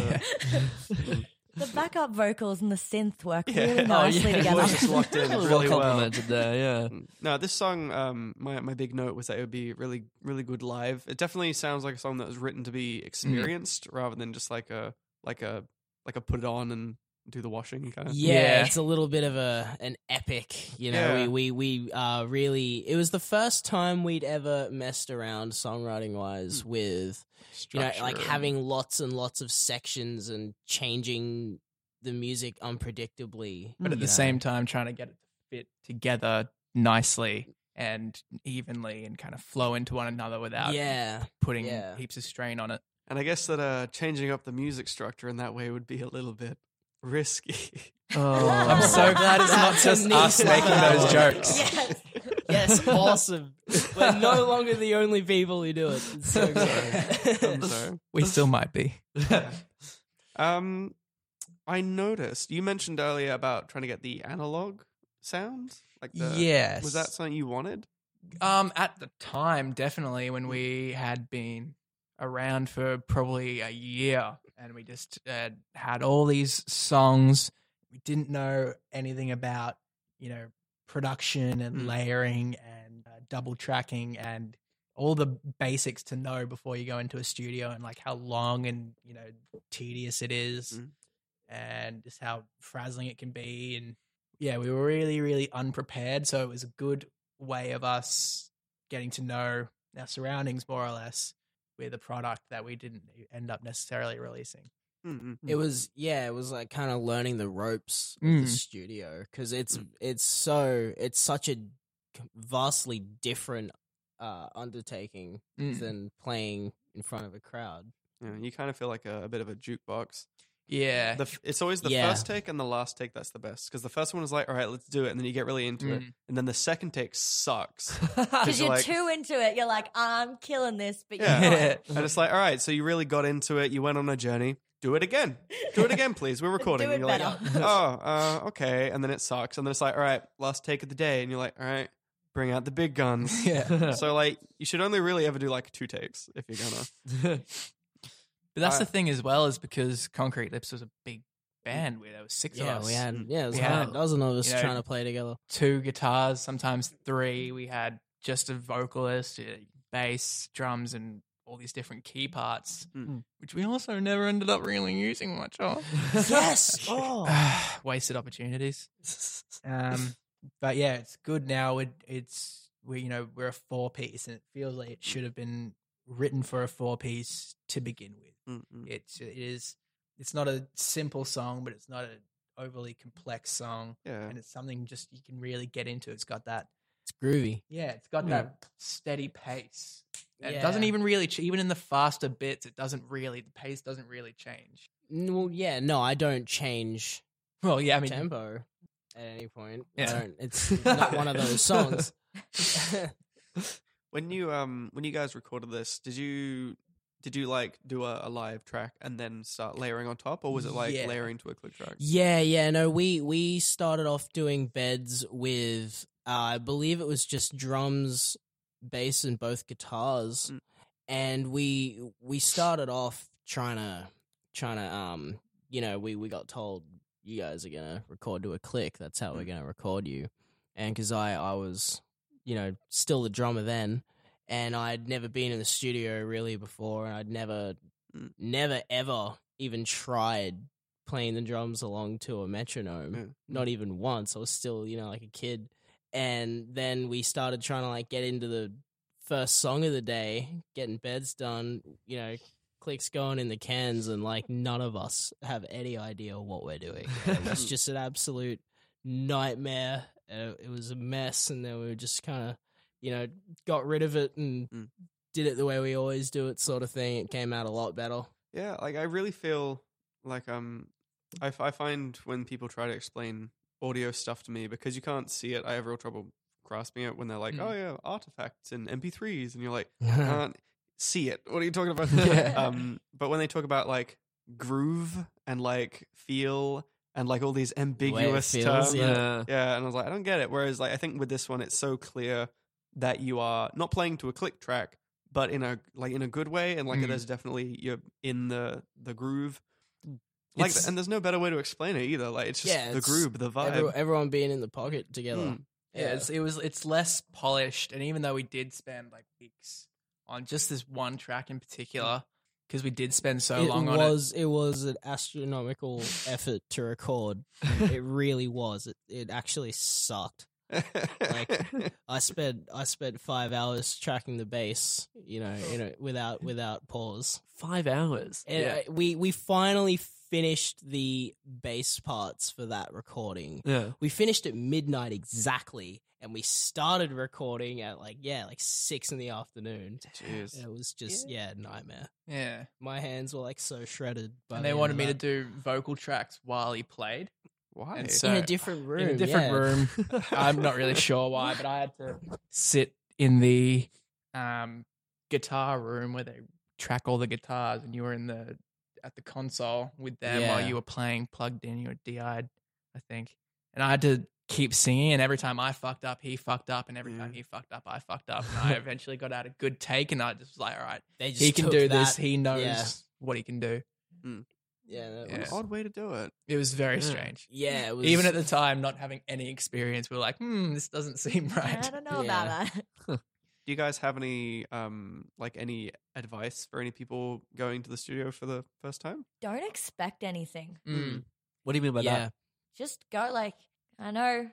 [SPEAKER 3] The backup vocals and the synth work
[SPEAKER 4] Yeah.
[SPEAKER 3] really
[SPEAKER 4] Oh,
[SPEAKER 3] nicely
[SPEAKER 4] yeah.
[SPEAKER 3] together.
[SPEAKER 4] Voice is locked in.
[SPEAKER 2] Well
[SPEAKER 4] Really well.
[SPEAKER 2] complimented there. Yeah.
[SPEAKER 4] Mm. No, this song, um, my, my big note was that it would be really, really good live. It definitely sounds like a song that was written to be
[SPEAKER 5] Mm.
[SPEAKER 4] experienced rather than just like a like a like a put it on and do the washing kind of.
[SPEAKER 5] Yeah,
[SPEAKER 7] Yeah.
[SPEAKER 5] it's a little bit of a an epic, you know.
[SPEAKER 4] Yeah.
[SPEAKER 5] We we we uh, really it was the first time we'd ever messed around songwriting
[SPEAKER 7] Mm.
[SPEAKER 5] wise with you know like having lots and lots of sections and changing the music unpredictably.
[SPEAKER 7] but at
[SPEAKER 5] you know.
[SPEAKER 7] the same time trying to get it to fit together nicely and evenly and kind of flow into one another without
[SPEAKER 5] yeah,
[SPEAKER 7] putting
[SPEAKER 5] yeah.
[SPEAKER 7] heaps of strain on it
[SPEAKER 4] And I guess that uh, changing up the music structure in that way would be a little bit risky.
[SPEAKER 7] oh i'm so glad it's not
[SPEAKER 5] That's
[SPEAKER 7] just
[SPEAKER 5] a
[SPEAKER 7] us
[SPEAKER 5] neat
[SPEAKER 7] making
[SPEAKER 5] one.
[SPEAKER 7] those jokes
[SPEAKER 3] yes.
[SPEAKER 5] yes, awesome. We're no longer the only people who do it. It's so good.
[SPEAKER 4] I'm sorry.
[SPEAKER 7] We still might be.
[SPEAKER 4] Um, I noticed you mentioned earlier about trying to get the analog sound. Like the,
[SPEAKER 7] yes.
[SPEAKER 4] was that something you wanted?
[SPEAKER 7] Um, at the time, definitely when we had been around for probably a year, and we just uh, had all these songs.
[SPEAKER 6] we didn't know anything about you know production and
[SPEAKER 4] Mm.
[SPEAKER 6] layering and uh, double tracking and all the basics to know before you go into a studio and like how long and you know tedious it is
[SPEAKER 4] Mm.
[SPEAKER 6] and just how frazzling it can be and yeah we were really really unprepared so it was a good way of us getting to know our surroundings more or less with a product that we didn't e-, end up necessarily releasing
[SPEAKER 4] Mm-mm.
[SPEAKER 5] It was yeah, it was like kind of learning the ropes of
[SPEAKER 7] Mm.
[SPEAKER 5] the studio because it's it's so it's such a g- vastly different uh, undertaking
[SPEAKER 7] Mm.
[SPEAKER 5] than playing in front of a crowd.
[SPEAKER 4] Yeah, you kind of feel like a, a bit of a jukebox.
[SPEAKER 7] Yeah,
[SPEAKER 4] The, f- it's always the
[SPEAKER 5] Yeah.
[SPEAKER 4] first take and the last take that's the best because the first one is like, all right, let's do it, and then you get really into it,
[SPEAKER 7] Mm.
[SPEAKER 4] and then the second take sucks.
[SPEAKER 3] Because you're
[SPEAKER 4] like-
[SPEAKER 3] too into it. You're like, I'm killing this, but
[SPEAKER 4] Yeah.
[SPEAKER 3] you're not.
[SPEAKER 4] and it's like, all right, so you really got into it. You went on a journey. Do it again. Do it again, please. We're recording.
[SPEAKER 3] Do
[SPEAKER 4] and
[SPEAKER 3] it
[SPEAKER 4] you're
[SPEAKER 3] better.
[SPEAKER 4] like, oh, uh, okay. And then it sucks. And then it's like, all right, last take of the day. And you're like, all right, bring out the big guns.
[SPEAKER 7] yeah.
[SPEAKER 4] so like, you should only really ever do like two takes if you're gonna.
[SPEAKER 7] but that's
[SPEAKER 4] I-
[SPEAKER 7] the thing as well, is because Concrete Lips was a big band where there was six
[SPEAKER 5] yeah,
[SPEAKER 7] of us.
[SPEAKER 5] we had yeah, it was
[SPEAKER 7] Mm. We
[SPEAKER 5] half
[SPEAKER 7] had,
[SPEAKER 5] a dozen of us
[SPEAKER 7] you know,
[SPEAKER 5] trying to play together.
[SPEAKER 7] two guitars, sometimes three. We had just a vocalist, a bass, drums, and all these different key parts,
[SPEAKER 6] Hmm.
[SPEAKER 4] Mm.
[SPEAKER 7] which we also never ended up really using much of.
[SPEAKER 5] yes. Oh.
[SPEAKER 7] Wasted opportunities.
[SPEAKER 6] Um, but yeah, it's good now. It, it's we you know we're a four piece, and it feels like it should have been written for a four piece to begin with.
[SPEAKER 4] Mm-mm.
[SPEAKER 6] It's it is it's not a simple song, but it's not an overly complex song,
[SPEAKER 4] Yeah.
[SPEAKER 6] and it's something just you can really get into. It's got that
[SPEAKER 5] It's groovy.
[SPEAKER 6] yeah, it's got
[SPEAKER 4] Yeah.
[SPEAKER 6] that steady pace. And It doesn't
[SPEAKER 5] Yeah.
[SPEAKER 6] even really ch- even in the faster bits, it doesn't really the pace doesn't really change.
[SPEAKER 5] N- Well, yeah, no, I don't change
[SPEAKER 6] Well, yeah, I mean,
[SPEAKER 5] tempo at any point. I
[SPEAKER 7] Yeah.
[SPEAKER 5] don't- it's not one of those songs.
[SPEAKER 4] When you um when you guys recorded this, did you did you like do a, a live track and then start layering on top, or was it like
[SPEAKER 6] Yeah.
[SPEAKER 4] layering to a click track?
[SPEAKER 5] Yeah, yeah. No, we we started off doing beds with uh, I believe it was just drums, bass, and both guitars,
[SPEAKER 4] Mm.
[SPEAKER 5] and we we started off trying to trying to um you know we we got told you guys are gonna record to a click. That's how we're gonna record you, and because I I was you know still the drummer then. And I'd never been in the studio really before, and I'd never,
[SPEAKER 4] Mm.
[SPEAKER 5] never ever even tried playing the drums along to a metronome.
[SPEAKER 4] Yeah.
[SPEAKER 5] Not even once. I was still, you know, like a kid. And then we started trying to like get into the first song of the day, getting beds done, you know, clicks going in the cans, and like none of us have any idea what we're doing. And It was
[SPEAKER 7] Mm.
[SPEAKER 5] just an absolute nightmare. and It it was a mess, and then we were just kind of, you know, got rid of it and
[SPEAKER 4] Mm.
[SPEAKER 5] did it the way we always do it, sort of thing. It came out a lot better.
[SPEAKER 4] Yeah, like I really feel like um, I, f- I find when people try to explain audio stuff to me because you can't see it, I have real trouble grasping it when they're like,
[SPEAKER 7] Mm.
[SPEAKER 4] "Oh yeah, artifacts and MP3s," and you're like, "I
[SPEAKER 7] Uh,
[SPEAKER 4] "Can't Uh, see it. What are you talking about?"
[SPEAKER 7] Yeah.
[SPEAKER 4] Um, but when they talk about like groove and like feel and like all these ambiguous
[SPEAKER 5] feels,
[SPEAKER 4] terms,
[SPEAKER 5] yeah.
[SPEAKER 4] yeah, and I was like, I don't get it. Whereas, like, I think with this one, it's so clear that you are not playing to a click track, but in a like in a good way, and like
[SPEAKER 5] Hmm.
[SPEAKER 7] Mm.
[SPEAKER 4] there's definitely you're in the the groove. Like,
[SPEAKER 5] It's-
[SPEAKER 4] and there's no better way to explain it either. Like, it's just
[SPEAKER 5] Yeah,
[SPEAKER 4] the
[SPEAKER 5] it's-
[SPEAKER 4] groove, the vibe.
[SPEAKER 5] Every- everyone being in the pocket together.
[SPEAKER 4] Mm.
[SPEAKER 7] Yeah, it's, it was. It's less polished, and even though we did spend like weeks on just this one track in particular, because we did spend so
[SPEAKER 5] it
[SPEAKER 7] long on
[SPEAKER 5] was it was an astronomical effort to record. it really was. It it actually sucked. like- I spent I spent five hours tracking the bass, you know, you know, without without pause.
[SPEAKER 2] Five hours.
[SPEAKER 5] And I- we we finally finished the bass parts for that recording.
[SPEAKER 2] Yeah.
[SPEAKER 5] We finished at midnight exactly, and we started recording at like yeah, like six in the afternoon.
[SPEAKER 4] Jeez.
[SPEAKER 5] It was just yeah, nightmare.
[SPEAKER 7] it. Yeah,
[SPEAKER 5] My hands were like so shredded. By
[SPEAKER 7] and
[SPEAKER 5] the
[SPEAKER 7] they
[SPEAKER 5] end
[SPEAKER 7] wanted
[SPEAKER 5] of
[SPEAKER 7] me to
[SPEAKER 5] that.
[SPEAKER 7] do vocal tracks while he played.
[SPEAKER 4] Why?
[SPEAKER 7] And so
[SPEAKER 5] in a different room.
[SPEAKER 7] in a different
[SPEAKER 5] yeah.
[SPEAKER 7] room. I'm not really sure why, but I had to sit in the um, guitar room where they track all the guitars, and you were in the at the console with them while
[SPEAKER 5] Yeah.
[SPEAKER 7] you were playing plugged in. You were DI'd, I think, and I had to keep singing. And every time I fucked up, he fucked up, and every time he fucked up, I fucked up. And I eventually got out a good take, and I just was like, all right,
[SPEAKER 5] They just
[SPEAKER 7] he can
[SPEAKER 5] took
[SPEAKER 7] do
[SPEAKER 5] that.
[SPEAKER 7] this. He knows
[SPEAKER 5] Yeah.
[SPEAKER 7] what he can do.
[SPEAKER 5] Yeah, that
[SPEAKER 7] Yeah.
[SPEAKER 5] was-
[SPEAKER 4] Odd way to do it.
[SPEAKER 7] It was very strange.
[SPEAKER 5] yeah. It was,
[SPEAKER 7] Even at the time, not having any experience, we were like, hmm, this doesn't seem
[SPEAKER 3] I
[SPEAKER 7] right.
[SPEAKER 3] don't know
[SPEAKER 5] Yeah.
[SPEAKER 3] about that.
[SPEAKER 4] Do you guys have any um like any advice for any people going to the studio for the first time?
[SPEAKER 3] Don't expect anything.
[SPEAKER 7] Mm.
[SPEAKER 2] What do you mean by
[SPEAKER 5] yeah.
[SPEAKER 2] that?
[SPEAKER 3] just go like I know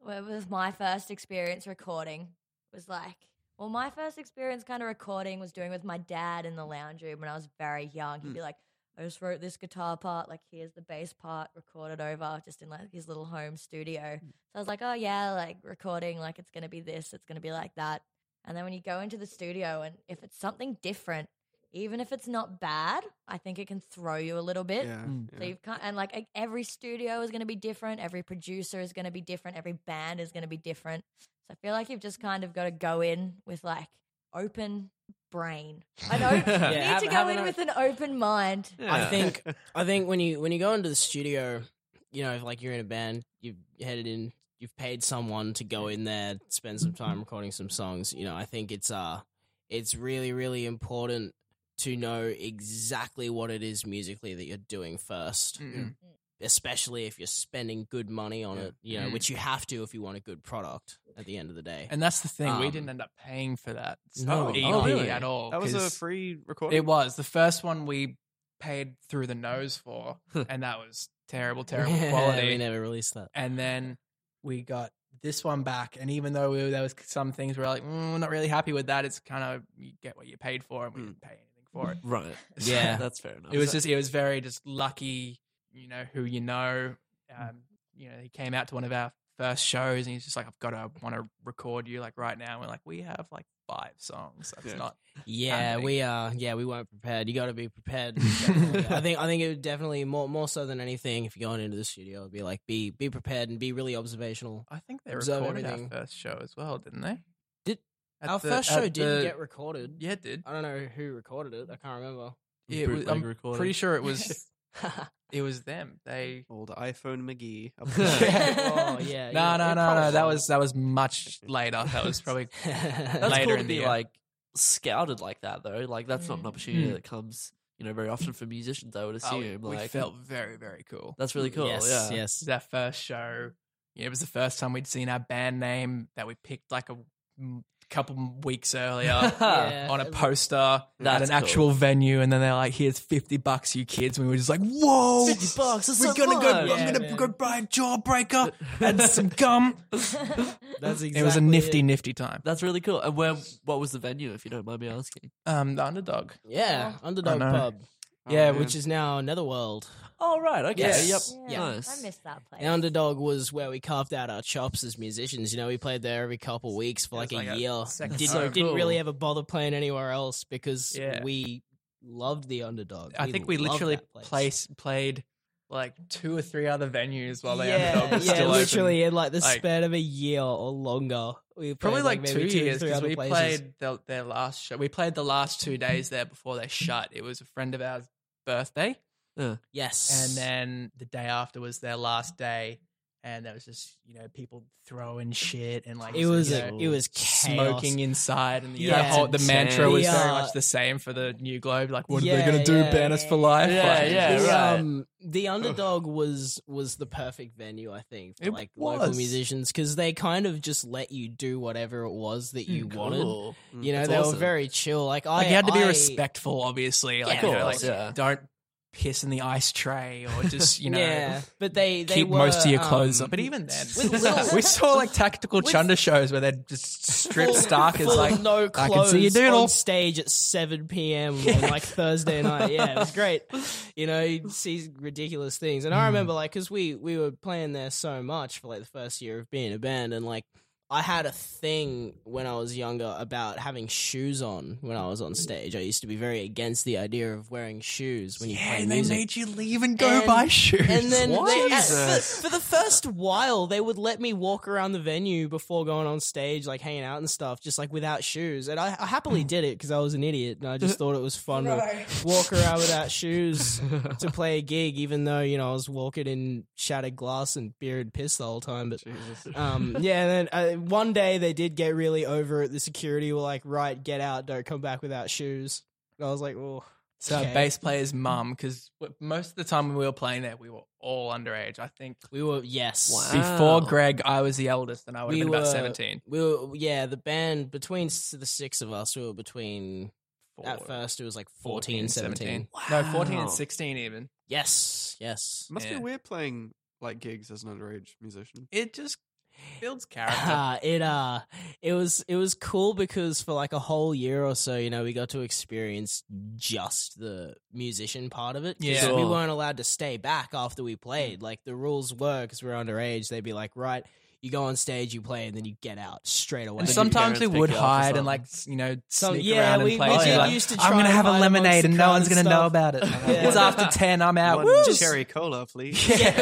[SPEAKER 3] well, it was my first experience recording was like well my first experience kind of recording was doing with my dad in the lounge room when I was very young. He'd be like, I just wrote this guitar part, like here's the bass part recorded over just in like his little home studio. So I was like, Oh yeah, like recording, like it's gonna be this, it's gonna be like that. And then when you go into the studio and if it's something different, even if it's not bad, I think it can throw you a little bit.
[SPEAKER 4] yeah.
[SPEAKER 7] Hmm.
[SPEAKER 1] Mm.
[SPEAKER 4] yeah.
[SPEAKER 3] So you've kind and like e- every studio is going to be different, every producer is going to be different, every band is going to be different. So I feel like you've just kind of got to go in with like open brain. I know
[SPEAKER 5] Yeah,
[SPEAKER 3] you need
[SPEAKER 5] have-
[SPEAKER 3] to
[SPEAKER 5] have
[SPEAKER 3] go in
[SPEAKER 5] an o-
[SPEAKER 3] with an open mind.
[SPEAKER 5] I think I think when you when you go into the studio, you know, if, like you're in a band, you've headed in, you've paid someone to go in there, spend some time recording some songs. You know, I think it's uh, it's really really important to know exactly what it is musically that you're doing first.
[SPEAKER 7] Mm.
[SPEAKER 5] Especially if you're spending good money on
[SPEAKER 4] Yeah.
[SPEAKER 5] it, you know,
[SPEAKER 7] Mm.
[SPEAKER 5] which you have to if you want a good product at the end of the day.
[SPEAKER 7] And that's the thing, we
[SPEAKER 5] Um,
[SPEAKER 7] didn't end up paying for that
[SPEAKER 5] No,
[SPEAKER 7] EP
[SPEAKER 5] oh, really?
[SPEAKER 7] at all.
[SPEAKER 4] that was a
[SPEAKER 7] 'cause
[SPEAKER 4] free recording.
[SPEAKER 7] It was. The first one we paid through the nose for, and that was terrible, terrible
[SPEAKER 5] Yeah, we
[SPEAKER 7] quality.
[SPEAKER 5] never released that.
[SPEAKER 7] and then we got this one back. And even though we were, there was some things we were like, mm, we're not really happy with that, it's kind of, you get what you paid for, and we
[SPEAKER 5] Hmm.
[SPEAKER 4] Mm.
[SPEAKER 7] didn't pay anything for it.
[SPEAKER 2] Right.
[SPEAKER 7] So
[SPEAKER 5] Yeah.
[SPEAKER 2] That's fair enough.
[SPEAKER 7] it was just it was very just lucky you know who you know
[SPEAKER 5] Mm.
[SPEAKER 7] um you know he came out to one of our first shows and he's just like i've got to want to record you like right now and we're like we have like five songs that's
[SPEAKER 4] Yeah.
[SPEAKER 7] not
[SPEAKER 5] Yeah,
[SPEAKER 7] Andy.
[SPEAKER 5] we uh yeah, we weren't prepared. You got to be prepared. Definitely. I think I think it would definitely more more so than anything if you're going into the studio, it'd be like be be prepared and be really observational.
[SPEAKER 7] i think they
[SPEAKER 5] Observe
[SPEAKER 7] recorded
[SPEAKER 5] everything.
[SPEAKER 7] our first show as well didn't they
[SPEAKER 5] Did-
[SPEAKER 7] At
[SPEAKER 5] Our
[SPEAKER 7] the-
[SPEAKER 5] first show
[SPEAKER 7] at
[SPEAKER 5] didn't
[SPEAKER 7] the-
[SPEAKER 5] get recorded.
[SPEAKER 7] yeah it did
[SPEAKER 5] I don't know who recorded it. I can't remember.
[SPEAKER 7] Yeah, it was,
[SPEAKER 2] Bootleg
[SPEAKER 7] i'm
[SPEAKER 2] recording.
[SPEAKER 7] pretty sure it was it was them they
[SPEAKER 4] Old iPhone McGee.
[SPEAKER 5] oh yeah.
[SPEAKER 7] no no no no that was that was much later that was probably
[SPEAKER 2] That's cool
[SPEAKER 7] later
[SPEAKER 2] to
[SPEAKER 7] in the
[SPEAKER 2] be
[SPEAKER 7] year.
[SPEAKER 2] like scouted like that though. Like that's not an
[SPEAKER 3] Mm.
[SPEAKER 2] opportunity
[SPEAKER 7] Mm.
[SPEAKER 5] Hmm.
[SPEAKER 2] that comes, you know, very often for musicians. I would
[SPEAKER 7] oh,
[SPEAKER 2] assume.
[SPEAKER 7] we, we
[SPEAKER 2] like
[SPEAKER 7] felt very very cool
[SPEAKER 2] that's really cool.
[SPEAKER 5] Yes,
[SPEAKER 2] yeah.
[SPEAKER 7] This
[SPEAKER 5] yes.
[SPEAKER 7] is our first show. Yeah, it was the first time we'd seen our band name that we picked like a m- couple m- weeks earlier
[SPEAKER 5] Yeah.
[SPEAKER 7] on a poster at
[SPEAKER 2] That's
[SPEAKER 7] an
[SPEAKER 2] cool.
[SPEAKER 7] actual venue, and then they're like, "Here's fifty bucks, you kids," and we were just like, "Whoa,
[SPEAKER 2] 50 bucks, that's
[SPEAKER 7] We're
[SPEAKER 2] so
[SPEAKER 7] gonna go.
[SPEAKER 2] much."
[SPEAKER 7] I'm
[SPEAKER 5] Yeah,
[SPEAKER 7] gonna
[SPEAKER 5] man.
[SPEAKER 7] go buy a jawbreaker and some gum."
[SPEAKER 5] That's exactly
[SPEAKER 7] It was a nifty, nifty time.
[SPEAKER 2] That's really cool. And where what was the venue, if you don't mind me asking?
[SPEAKER 7] Um, the underdog.
[SPEAKER 5] Yeah, underdog
[SPEAKER 7] know.
[SPEAKER 5] pub. Oh, Yeah, which is now Netherworld.
[SPEAKER 2] Oh right, okay.
[SPEAKER 5] Yes.
[SPEAKER 2] Yep.
[SPEAKER 5] Yeah.
[SPEAKER 2] Nice.
[SPEAKER 3] I missed that place.
[SPEAKER 5] The underdog was where we carved out our chops as musicians. You know, we played there every couple of weeks for
[SPEAKER 7] It
[SPEAKER 5] like,
[SPEAKER 7] was
[SPEAKER 5] a
[SPEAKER 7] like a
[SPEAKER 5] year.
[SPEAKER 7] second
[SPEAKER 5] Didn't,
[SPEAKER 7] home.
[SPEAKER 5] didn't really
[SPEAKER 2] Cool.
[SPEAKER 5] ever bother playing anywhere else because
[SPEAKER 7] Yeah.
[SPEAKER 5] we loved the underdog.
[SPEAKER 7] I think we
[SPEAKER 5] loved
[SPEAKER 7] literally
[SPEAKER 5] that place.
[SPEAKER 7] place, played like two or three other venues while the underdog
[SPEAKER 5] yeah,
[SPEAKER 7] was
[SPEAKER 5] yeah,
[SPEAKER 7] still
[SPEAKER 5] literally
[SPEAKER 7] open.
[SPEAKER 5] in like the
[SPEAKER 7] Like-
[SPEAKER 5] span of a year or longer. We
[SPEAKER 7] Probably
[SPEAKER 5] played,
[SPEAKER 7] like, two
[SPEAKER 5] maybe or
[SPEAKER 7] years
[SPEAKER 5] three
[SPEAKER 7] because
[SPEAKER 5] other
[SPEAKER 7] we
[SPEAKER 5] places.
[SPEAKER 7] played the, their last show. We played the last two days there before they shut. It was a friend of ours' birthday,
[SPEAKER 5] Yes,
[SPEAKER 7] and then the day after was their last day, and there was just you know people throwing shit and like
[SPEAKER 5] it was
[SPEAKER 7] you
[SPEAKER 5] a,
[SPEAKER 7] know,
[SPEAKER 5] it was chaos.
[SPEAKER 7] smoking inside, and the,
[SPEAKER 5] Yeah.
[SPEAKER 7] the, whole, the
[SPEAKER 2] That's
[SPEAKER 7] mantra was
[SPEAKER 5] insane.
[SPEAKER 7] very
[SPEAKER 5] Yeah.
[SPEAKER 7] much the same for the new globe. Like, what are
[SPEAKER 5] Yeah,
[SPEAKER 7] they gonna do?
[SPEAKER 5] yeah.
[SPEAKER 7] Ban us for life?
[SPEAKER 2] Yeah,
[SPEAKER 7] Like,
[SPEAKER 2] yeah,
[SPEAKER 5] the,
[SPEAKER 7] just-
[SPEAKER 2] right.
[SPEAKER 5] um, the underdog was was the perfect venue, I think, for
[SPEAKER 7] It
[SPEAKER 5] like local
[SPEAKER 7] was.
[SPEAKER 5] musicians because they kind of just let you do whatever it was that
[SPEAKER 7] Mm,
[SPEAKER 5] you wanted.
[SPEAKER 2] Cool.
[SPEAKER 5] You know,
[SPEAKER 2] That's
[SPEAKER 5] they
[SPEAKER 2] awesome.
[SPEAKER 5] were very chill. Like, I
[SPEAKER 7] Like you had to be
[SPEAKER 5] I-
[SPEAKER 7] respectful, obviously. Like,
[SPEAKER 2] of
[SPEAKER 7] you know,
[SPEAKER 2] course,
[SPEAKER 7] like,
[SPEAKER 2] yeah.
[SPEAKER 7] don't piss in the ice tray or just you know.
[SPEAKER 5] yeah, but they, they
[SPEAKER 7] keep
[SPEAKER 5] were,
[SPEAKER 7] most of your clothes
[SPEAKER 5] um,
[SPEAKER 7] on. But even then,
[SPEAKER 5] with little-
[SPEAKER 7] we saw like tactical
[SPEAKER 5] with-
[SPEAKER 7] chunder shows where they'd just strip
[SPEAKER 5] full-
[SPEAKER 7] starkers
[SPEAKER 5] full
[SPEAKER 7] like
[SPEAKER 5] no
[SPEAKER 7] can
[SPEAKER 5] clothes
[SPEAKER 7] see you doing
[SPEAKER 5] on
[SPEAKER 7] all-
[SPEAKER 5] stage at seven p.m. on like Thursday night. Yeah, it was great. You know, you see ridiculous
[SPEAKER 7] Hmm.
[SPEAKER 5] things, and I remember like because we we were playing there so much for like the first year of being a band, and like I had a thing when I was younger about having shoes on when I was
[SPEAKER 7] Hmm.
[SPEAKER 5] on stage. I used to be very against the idea of wearing shoes when you play
[SPEAKER 6] and they
[SPEAKER 5] music.
[SPEAKER 6] made you leave and go
[SPEAKER 5] And-
[SPEAKER 6] buy shoes.
[SPEAKER 5] and then they, at-
[SPEAKER 4] Jesus.
[SPEAKER 5] for, for the first while, they would let me walk around the venue before going on stage, like hanging out and stuff, just like without shoes. And I, I happily did it because I was an idiot and I just thought it was fun to walk around without shoes to play a gig, even though you know I was walking in shattered glass and beer and piss the whole time. But um, yeah, and then uh, one day they did get really over it. The security were like, "Right, get out! Don't come back without shoes." And I was like, "Well."
[SPEAKER 7] So our
[SPEAKER 5] okay."
[SPEAKER 7] bass player's mum, because most of the time when we were playing there, we were all underage. I think
[SPEAKER 5] We were yes.
[SPEAKER 7] before Greg, I was the eldest, and I would
[SPEAKER 5] Ah.
[SPEAKER 7] have
[SPEAKER 5] We
[SPEAKER 7] been about
[SPEAKER 5] were-
[SPEAKER 7] seventeen.
[SPEAKER 5] We were, yeah, the band between s- the six of us, we were between. At
[SPEAKER 7] Four-
[SPEAKER 5] first, it was like 14, 17.
[SPEAKER 7] No, fourteen and sixteen even.
[SPEAKER 5] Yes, yes.
[SPEAKER 4] must
[SPEAKER 7] Yeah.
[SPEAKER 4] be weird playing like gigs as an underage musician.
[SPEAKER 7] It just builds character.
[SPEAKER 5] Uh, it uh, it was it was cool because for like a whole year or so, you know, we got to experience just the musician part of it. 'cause
[SPEAKER 7] Yeah.
[SPEAKER 5] we
[SPEAKER 2] Sure.
[SPEAKER 5] weren't allowed to stay back after we played. Like the rules were because we were underage. They'd be like, right, you go on stage, you play, and then you get out straight away.
[SPEAKER 7] and
[SPEAKER 2] your
[SPEAKER 7] sometimes we
[SPEAKER 2] parents pick
[SPEAKER 7] would
[SPEAKER 2] you up or
[SPEAKER 7] hide and
[SPEAKER 2] something.
[SPEAKER 7] like s- you know
[SPEAKER 5] Some-
[SPEAKER 7] sneak
[SPEAKER 5] yeah,
[SPEAKER 7] around
[SPEAKER 5] we-
[SPEAKER 7] and play.
[SPEAKER 5] we
[SPEAKER 7] We'd be
[SPEAKER 5] did
[SPEAKER 7] like,
[SPEAKER 5] used to
[SPEAKER 6] I'm
[SPEAKER 5] try
[SPEAKER 6] gonna
[SPEAKER 5] and
[SPEAKER 6] have a
[SPEAKER 5] hide amongst
[SPEAKER 6] lemonade, and
[SPEAKER 5] the
[SPEAKER 6] no
[SPEAKER 5] crowd
[SPEAKER 6] one's
[SPEAKER 5] and
[SPEAKER 6] gonna know
[SPEAKER 5] stuff.
[SPEAKER 6] about it.
[SPEAKER 5] Yeah.
[SPEAKER 6] It's after ten. I'm out.
[SPEAKER 4] One
[SPEAKER 6] Woo!
[SPEAKER 4] cherry cola, please.
[SPEAKER 5] get,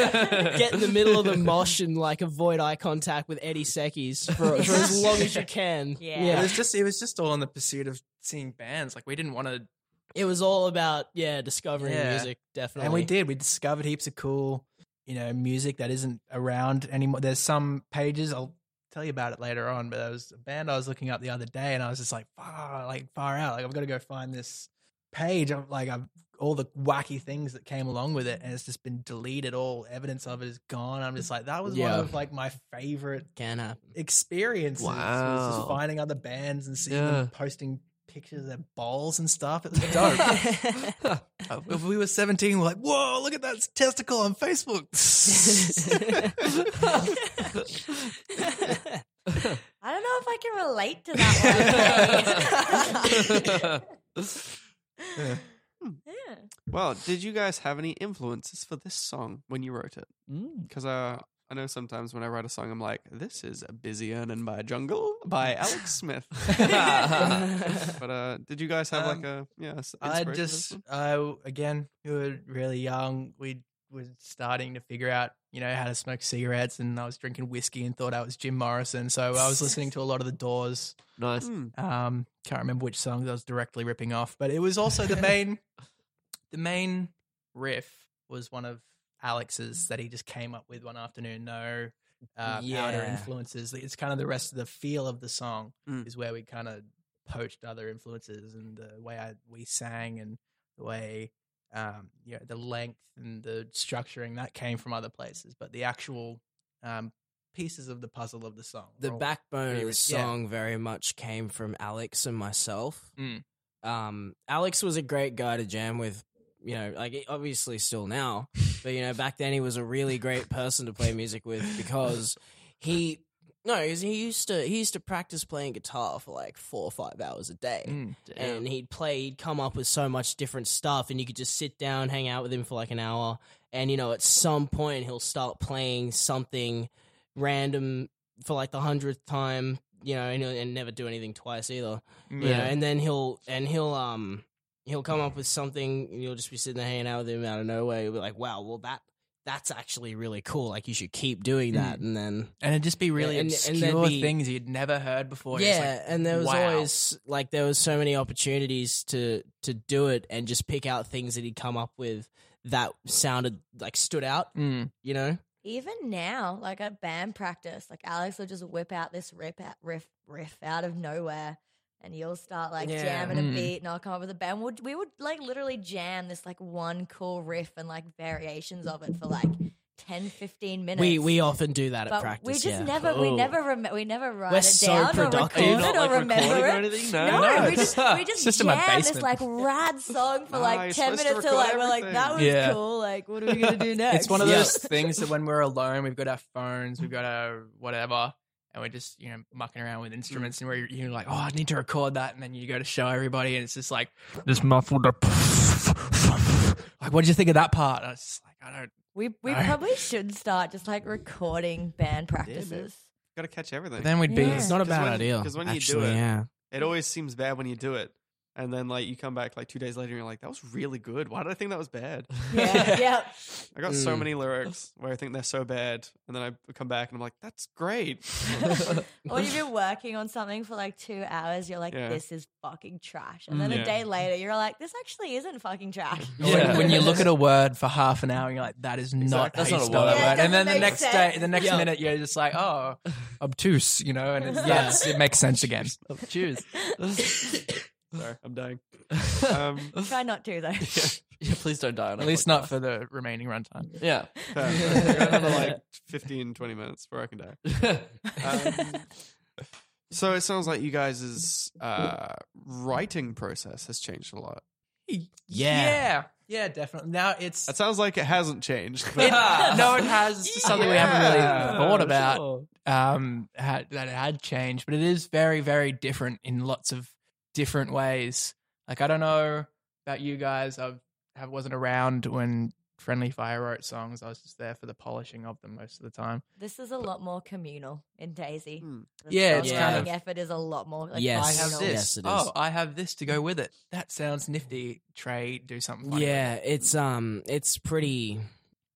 [SPEAKER 5] get in the middle of the mosh and like avoid eye contact with Eddie Sekis for, for as long as you can.
[SPEAKER 3] Yeah.
[SPEAKER 7] It was just it was just all in the pursuit of seeing bands. Like we didn't want to.
[SPEAKER 5] It was all about yeah discovering
[SPEAKER 7] Yeah.
[SPEAKER 5] music definitely.
[SPEAKER 6] And we did. We discovered heaps of cool, you know, music that isn't around anymore. There's some pages I'll tell you about it later on, but there was a band I was looking up the other day, and I was just like, far, like far out. Like I've got to go find this page. of like, I've all the wacky things that came along with it, and it's just been deleted. All evidence of it is gone. I'm just like, that was
[SPEAKER 5] Yeah.
[SPEAKER 6] one of like my favorite
[SPEAKER 5] Can happen.
[SPEAKER 6] experiences. Was
[SPEAKER 2] Wow.
[SPEAKER 6] just finding other bands and seeing
[SPEAKER 2] Yeah.
[SPEAKER 6] them posting pictures of their balls and stuff. It was dope. Uh, If we were 17, we're like, whoa, look at that testicle on Facebook.
[SPEAKER 3] I don't know if I can relate to that one. yeah.
[SPEAKER 4] well, did you guys have any influences for this song when you wrote it?
[SPEAKER 2] Mm.
[SPEAKER 4] Because uh, I know sometimes when I write a song, I'm like, this is a busy earning by jungle by Alex Smith. but uh, did you guys have like
[SPEAKER 2] Um,
[SPEAKER 4] a yeah? s-
[SPEAKER 6] I
[SPEAKER 4] inspiration for this
[SPEAKER 6] just,
[SPEAKER 4] one?
[SPEAKER 6] I w- again, we were really young. We were starting to figure out, you know, how to smoke cigarettes, and I was drinking whiskey and thought I was Jim Morrison. So I was listening to a lot of The Doors.
[SPEAKER 2] Nice.
[SPEAKER 4] Hmm.
[SPEAKER 6] Um, can't remember which songs I was directly ripping off, but it was also the main, the main riff was one of Alex's that he just came up with one afternoon. No uh, outer
[SPEAKER 5] Yeah.
[SPEAKER 6] influences. It's kind of the rest of the feel of the song
[SPEAKER 4] Mm.
[SPEAKER 6] is where we kind of poached other influences and the way I, we sang and the way um, you know the length and the structuring that came from other places, but the actual um, pieces of the puzzle of the song,
[SPEAKER 5] the
[SPEAKER 6] were all-
[SPEAKER 5] backbone of
[SPEAKER 6] Yeah.
[SPEAKER 5] the song very much came from Alex and myself.
[SPEAKER 7] Mm.
[SPEAKER 5] Um, Alex was a great guy to jam with, you know, like he- obviously still now, but you know, back then he was a really great person to play music with because he no, 'cause he used to he used to practice playing guitar for like four or five hours a day.
[SPEAKER 7] Mm.
[SPEAKER 5] And he'd play, he'd come up with so much different stuff, and you could just sit down, hang out with him for like an hour, and you know, at some point he'll start playing something random for like the hundredth time, you know, and, he'll- and never do anything twice either. You know, and then he'll and he'll um he'll come up with something, and you'll just be sitting there hanging out with him out of nowhere. You'll be like, wow, well that that's actually really cool. Like you should keep doing that, and then
[SPEAKER 7] And it'd just be really
[SPEAKER 5] Yeah, and- and
[SPEAKER 7] obscure
[SPEAKER 5] there'd be-
[SPEAKER 7] things you'd never heard before. You're just
[SPEAKER 5] yeah,
[SPEAKER 7] like,
[SPEAKER 5] and there was
[SPEAKER 7] wow.
[SPEAKER 5] always like there was so many opportunities to to do it and just pick out things that he'd come up with that sounded like stood out,
[SPEAKER 7] Mm.
[SPEAKER 5] you know.
[SPEAKER 3] Even now, like at band practice, like Alex will just whip out this rip out, riff riff out of nowhere, and you'll start like
[SPEAKER 5] Yeah.
[SPEAKER 3] jamming
[SPEAKER 7] Mm.
[SPEAKER 3] a beat, and I'll come up with a band. We'll, we would like literally jam this like one cool riff and like variations of it for like 10, 15 minutes.
[SPEAKER 5] We we often do that
[SPEAKER 3] but
[SPEAKER 5] at practice.
[SPEAKER 3] we just
[SPEAKER 5] yeah.
[SPEAKER 3] never we
[SPEAKER 2] Cool.
[SPEAKER 3] never rem- we never write
[SPEAKER 5] We're
[SPEAKER 3] it
[SPEAKER 5] so
[SPEAKER 3] down or
[SPEAKER 5] productive.
[SPEAKER 3] record
[SPEAKER 5] Are you
[SPEAKER 3] it
[SPEAKER 2] not,
[SPEAKER 3] or
[SPEAKER 2] like,
[SPEAKER 3] remember
[SPEAKER 2] recording
[SPEAKER 3] it
[SPEAKER 2] or anything? No,
[SPEAKER 3] no,
[SPEAKER 7] no,
[SPEAKER 3] we
[SPEAKER 7] it's-
[SPEAKER 3] just we
[SPEAKER 7] it's
[SPEAKER 3] just,
[SPEAKER 7] just in my
[SPEAKER 3] jam this
[SPEAKER 7] basement.
[SPEAKER 3] like rad song for
[SPEAKER 4] Nah,
[SPEAKER 3] like
[SPEAKER 4] you're
[SPEAKER 3] ten
[SPEAKER 4] supposed to
[SPEAKER 3] minutes till
[SPEAKER 4] record
[SPEAKER 3] like we're like that was
[SPEAKER 7] everything. Yeah.
[SPEAKER 3] cool like what are we gonna do next?
[SPEAKER 7] It's one of
[SPEAKER 5] Yeah.
[SPEAKER 7] those things that when we're alone, we've got our phones, we've got our whatever, and we're just you know mucking around with instruments, and we're you're like, oh, I need to record that, and then you go to show everybody, and it's just like this muffled up. like, what did you think of that part? I was just like, I don't.
[SPEAKER 3] We we
[SPEAKER 7] No.
[SPEAKER 3] probably should start just like recording band practices.
[SPEAKER 4] Got to catch everything.
[SPEAKER 7] Then we'd be.
[SPEAKER 3] Yeah.
[SPEAKER 5] It's not a
[SPEAKER 4] Because
[SPEAKER 5] bad
[SPEAKER 4] when-
[SPEAKER 5] idea.
[SPEAKER 4] 'cause when you do
[SPEAKER 5] actually,
[SPEAKER 4] it-
[SPEAKER 5] yeah.
[SPEAKER 4] it always seems bad when you do it, and then like you come back like two days later and you're like, that was really good. Why did I think that was bad?
[SPEAKER 3] Yeah. yeah.
[SPEAKER 4] I got so
[SPEAKER 5] Mm.
[SPEAKER 4] many lyrics where I think they're so bad, and then I come back and I'm like, that's great.
[SPEAKER 3] Or you've been working on something for like two hours, you're like,
[SPEAKER 4] Yeah.
[SPEAKER 3] this is fucking trash. And then
[SPEAKER 4] Yeah.
[SPEAKER 3] a day later, you're like, this actually isn't fucking trash.
[SPEAKER 6] When-
[SPEAKER 4] Yeah.
[SPEAKER 6] When, you look at a word for half an hour, you're like, "That is not
[SPEAKER 2] That's
[SPEAKER 6] how you
[SPEAKER 2] not a
[SPEAKER 6] spell
[SPEAKER 2] word.
[SPEAKER 6] that
[SPEAKER 3] Yeah, it
[SPEAKER 6] word." And then the
[SPEAKER 3] doesn't make
[SPEAKER 6] next day,
[SPEAKER 3] sense.
[SPEAKER 6] the next
[SPEAKER 5] Yeah.
[SPEAKER 6] minute, you're just like, "Oh, obtuse," you know, and it
[SPEAKER 3] Yeah.
[SPEAKER 6] starts, it makes sense again.
[SPEAKER 2] Choose.
[SPEAKER 4] Sorry, I'm dying. Um,
[SPEAKER 3] Try not to, though.
[SPEAKER 2] Yeah, please don't die on
[SPEAKER 6] At least not for the remaining runtime.
[SPEAKER 2] Yeah.
[SPEAKER 4] fair. I got another like 15, 20 minutes where I can die. Um, so it sounds like you guys' uh, writing process has changed a lot.
[SPEAKER 5] Yeah.
[SPEAKER 6] yeah, yeah, definitely. Now it's
[SPEAKER 4] It sounds like it hasn't changed.
[SPEAKER 6] it,
[SPEAKER 4] but-
[SPEAKER 6] no, it has something we haven't really
[SPEAKER 4] Yeah,
[SPEAKER 6] thought about. um, had, that it had changed, but it is very, very different in lots of different ways.
[SPEAKER 7] Like I don't know about you guys. I've, I wasn't around when Friendly Fire wrote songs. I was just there for the polishing of them most of the time.
[SPEAKER 3] This is a lot more communal in Daisy.
[SPEAKER 4] Hmm.
[SPEAKER 3] The
[SPEAKER 6] Yeah, it's
[SPEAKER 3] songwriting
[SPEAKER 5] kind of-
[SPEAKER 3] effort is a lot more. Like,
[SPEAKER 5] Yes.
[SPEAKER 6] I have
[SPEAKER 3] communal.
[SPEAKER 6] this.
[SPEAKER 5] Yes, it is.
[SPEAKER 6] Oh, I have this to go with it. That sounds nifty. Trey, do something. Funny with
[SPEAKER 5] yeah
[SPEAKER 6] it.
[SPEAKER 5] it's um it's pretty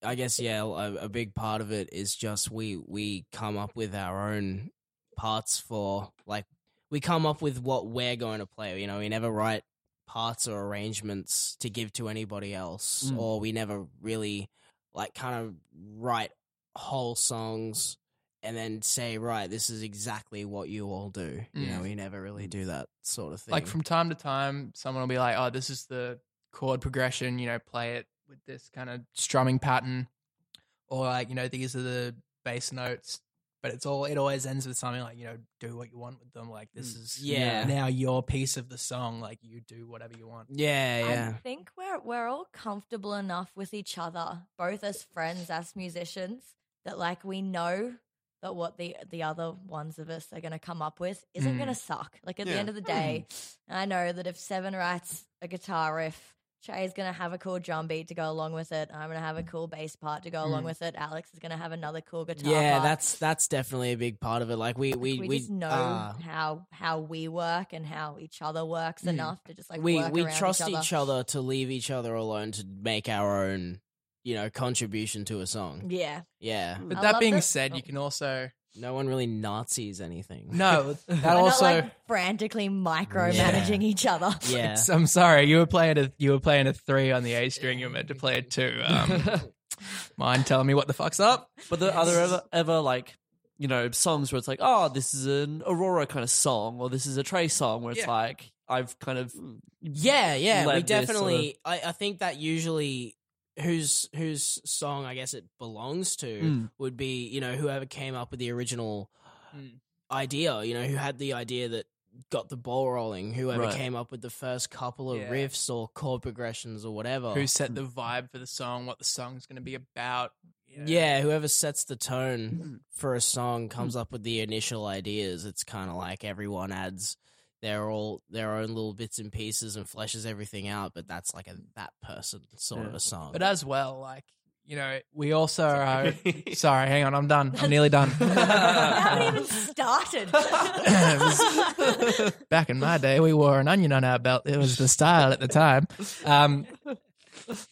[SPEAKER 5] i guess yeah a, a big part of it is just we we come up with our own parts for like we come up with what we're going to play you know we never write parts or arrangements to give to anybody else
[SPEAKER 6] Mm.
[SPEAKER 5] or we never really like kind of write whole songs and then say right this is exactly what you all do you
[SPEAKER 7] Mm.
[SPEAKER 5] know we never really do that sort of thing
[SPEAKER 7] Like from time to time, someone will be like, "Oh, this is the chord progression. You know, play it with this kind of strumming pattern."
[SPEAKER 6] or like you know these are the bass notes but it's all it always ends with something like you know do what you want with them like this
[SPEAKER 4] Mm.
[SPEAKER 6] is
[SPEAKER 5] Yeah. Mm.
[SPEAKER 6] now your piece of the song like you do whatever you want
[SPEAKER 5] yeah yeah
[SPEAKER 3] I think we're we're all comfortable enough with each other, both as friends, as musicians, that like we know that what the the other ones of us are going to come up with isn't
[SPEAKER 5] Mm.
[SPEAKER 3] going to suck. Like at
[SPEAKER 4] Yeah.
[SPEAKER 3] the
[SPEAKER 5] Hmm.
[SPEAKER 3] end of the day, I know that if Seven writes a guitar riff, Trey's going to have a cool drum beat to go along with it. I'm going to have a cool bass part to go along with it. Alex is going to have another cool guitar.
[SPEAKER 5] Mm. yeah
[SPEAKER 3] part.
[SPEAKER 5] that's that's definitely a big part of it like we we
[SPEAKER 3] we,
[SPEAKER 5] we,
[SPEAKER 3] just know
[SPEAKER 5] uh, Mm.
[SPEAKER 3] how how we work and how each other works enough to just like
[SPEAKER 5] we
[SPEAKER 3] work
[SPEAKER 5] we
[SPEAKER 3] around
[SPEAKER 5] trust
[SPEAKER 3] each other.
[SPEAKER 5] to leave each other alone to make our own you know contribution to a song
[SPEAKER 3] Yeah.
[SPEAKER 5] yeah
[SPEAKER 7] But
[SPEAKER 3] I
[SPEAKER 7] that
[SPEAKER 3] love
[SPEAKER 7] being
[SPEAKER 3] that-
[SPEAKER 7] said,
[SPEAKER 3] oh.
[SPEAKER 7] you can also
[SPEAKER 5] no one really nazis anything
[SPEAKER 6] no that
[SPEAKER 3] We're
[SPEAKER 6] also
[SPEAKER 3] not like frantically micromanaging each other.
[SPEAKER 5] yeah
[SPEAKER 6] it's- i'm sorry you were playing a you were playing a three on the a string you were meant to play a two um mind telling me what the fuck's up
[SPEAKER 2] But the, are there ever, ever like, you know, songs where it's like, oh, this is an Aurora kind of song, or this is a Trey song, where it's
[SPEAKER 6] Yeah.
[SPEAKER 2] like, I've kind of
[SPEAKER 4] Mm,
[SPEAKER 5] yeah yeah we
[SPEAKER 2] led this sort of-
[SPEAKER 5] definitely I, I think that usually whose whose song i guess it belongs to
[SPEAKER 2] Mm.
[SPEAKER 5] would be you know whoever came up with the original
[SPEAKER 7] Mm.
[SPEAKER 5] idea you know who had the idea that got the ball rolling whoever
[SPEAKER 2] Right.
[SPEAKER 5] came up with the first couple of
[SPEAKER 6] Yeah.
[SPEAKER 5] riffs or chord progressions or whatever
[SPEAKER 7] who set the vibe for the song, what the song's going to be about. you know.
[SPEAKER 5] Yeah, whoever sets the
[SPEAKER 2] Mm.
[SPEAKER 5] tone for a song comes up with the initial ideas. It's kind of like everyone adds their all their own little bits and pieces and fleshes everything out, but that's like a that person sort of a song.
[SPEAKER 2] uh,
[SPEAKER 7] But as well, like you know, we also are.
[SPEAKER 2] Mm.
[SPEAKER 4] It's
[SPEAKER 7] Sorry, hang on, I'm done. I'm nearly done.
[SPEAKER 3] I haven't even started.
[SPEAKER 7] Back in my day, we wore an onion on our belt. It was the style at the time.
[SPEAKER 6] um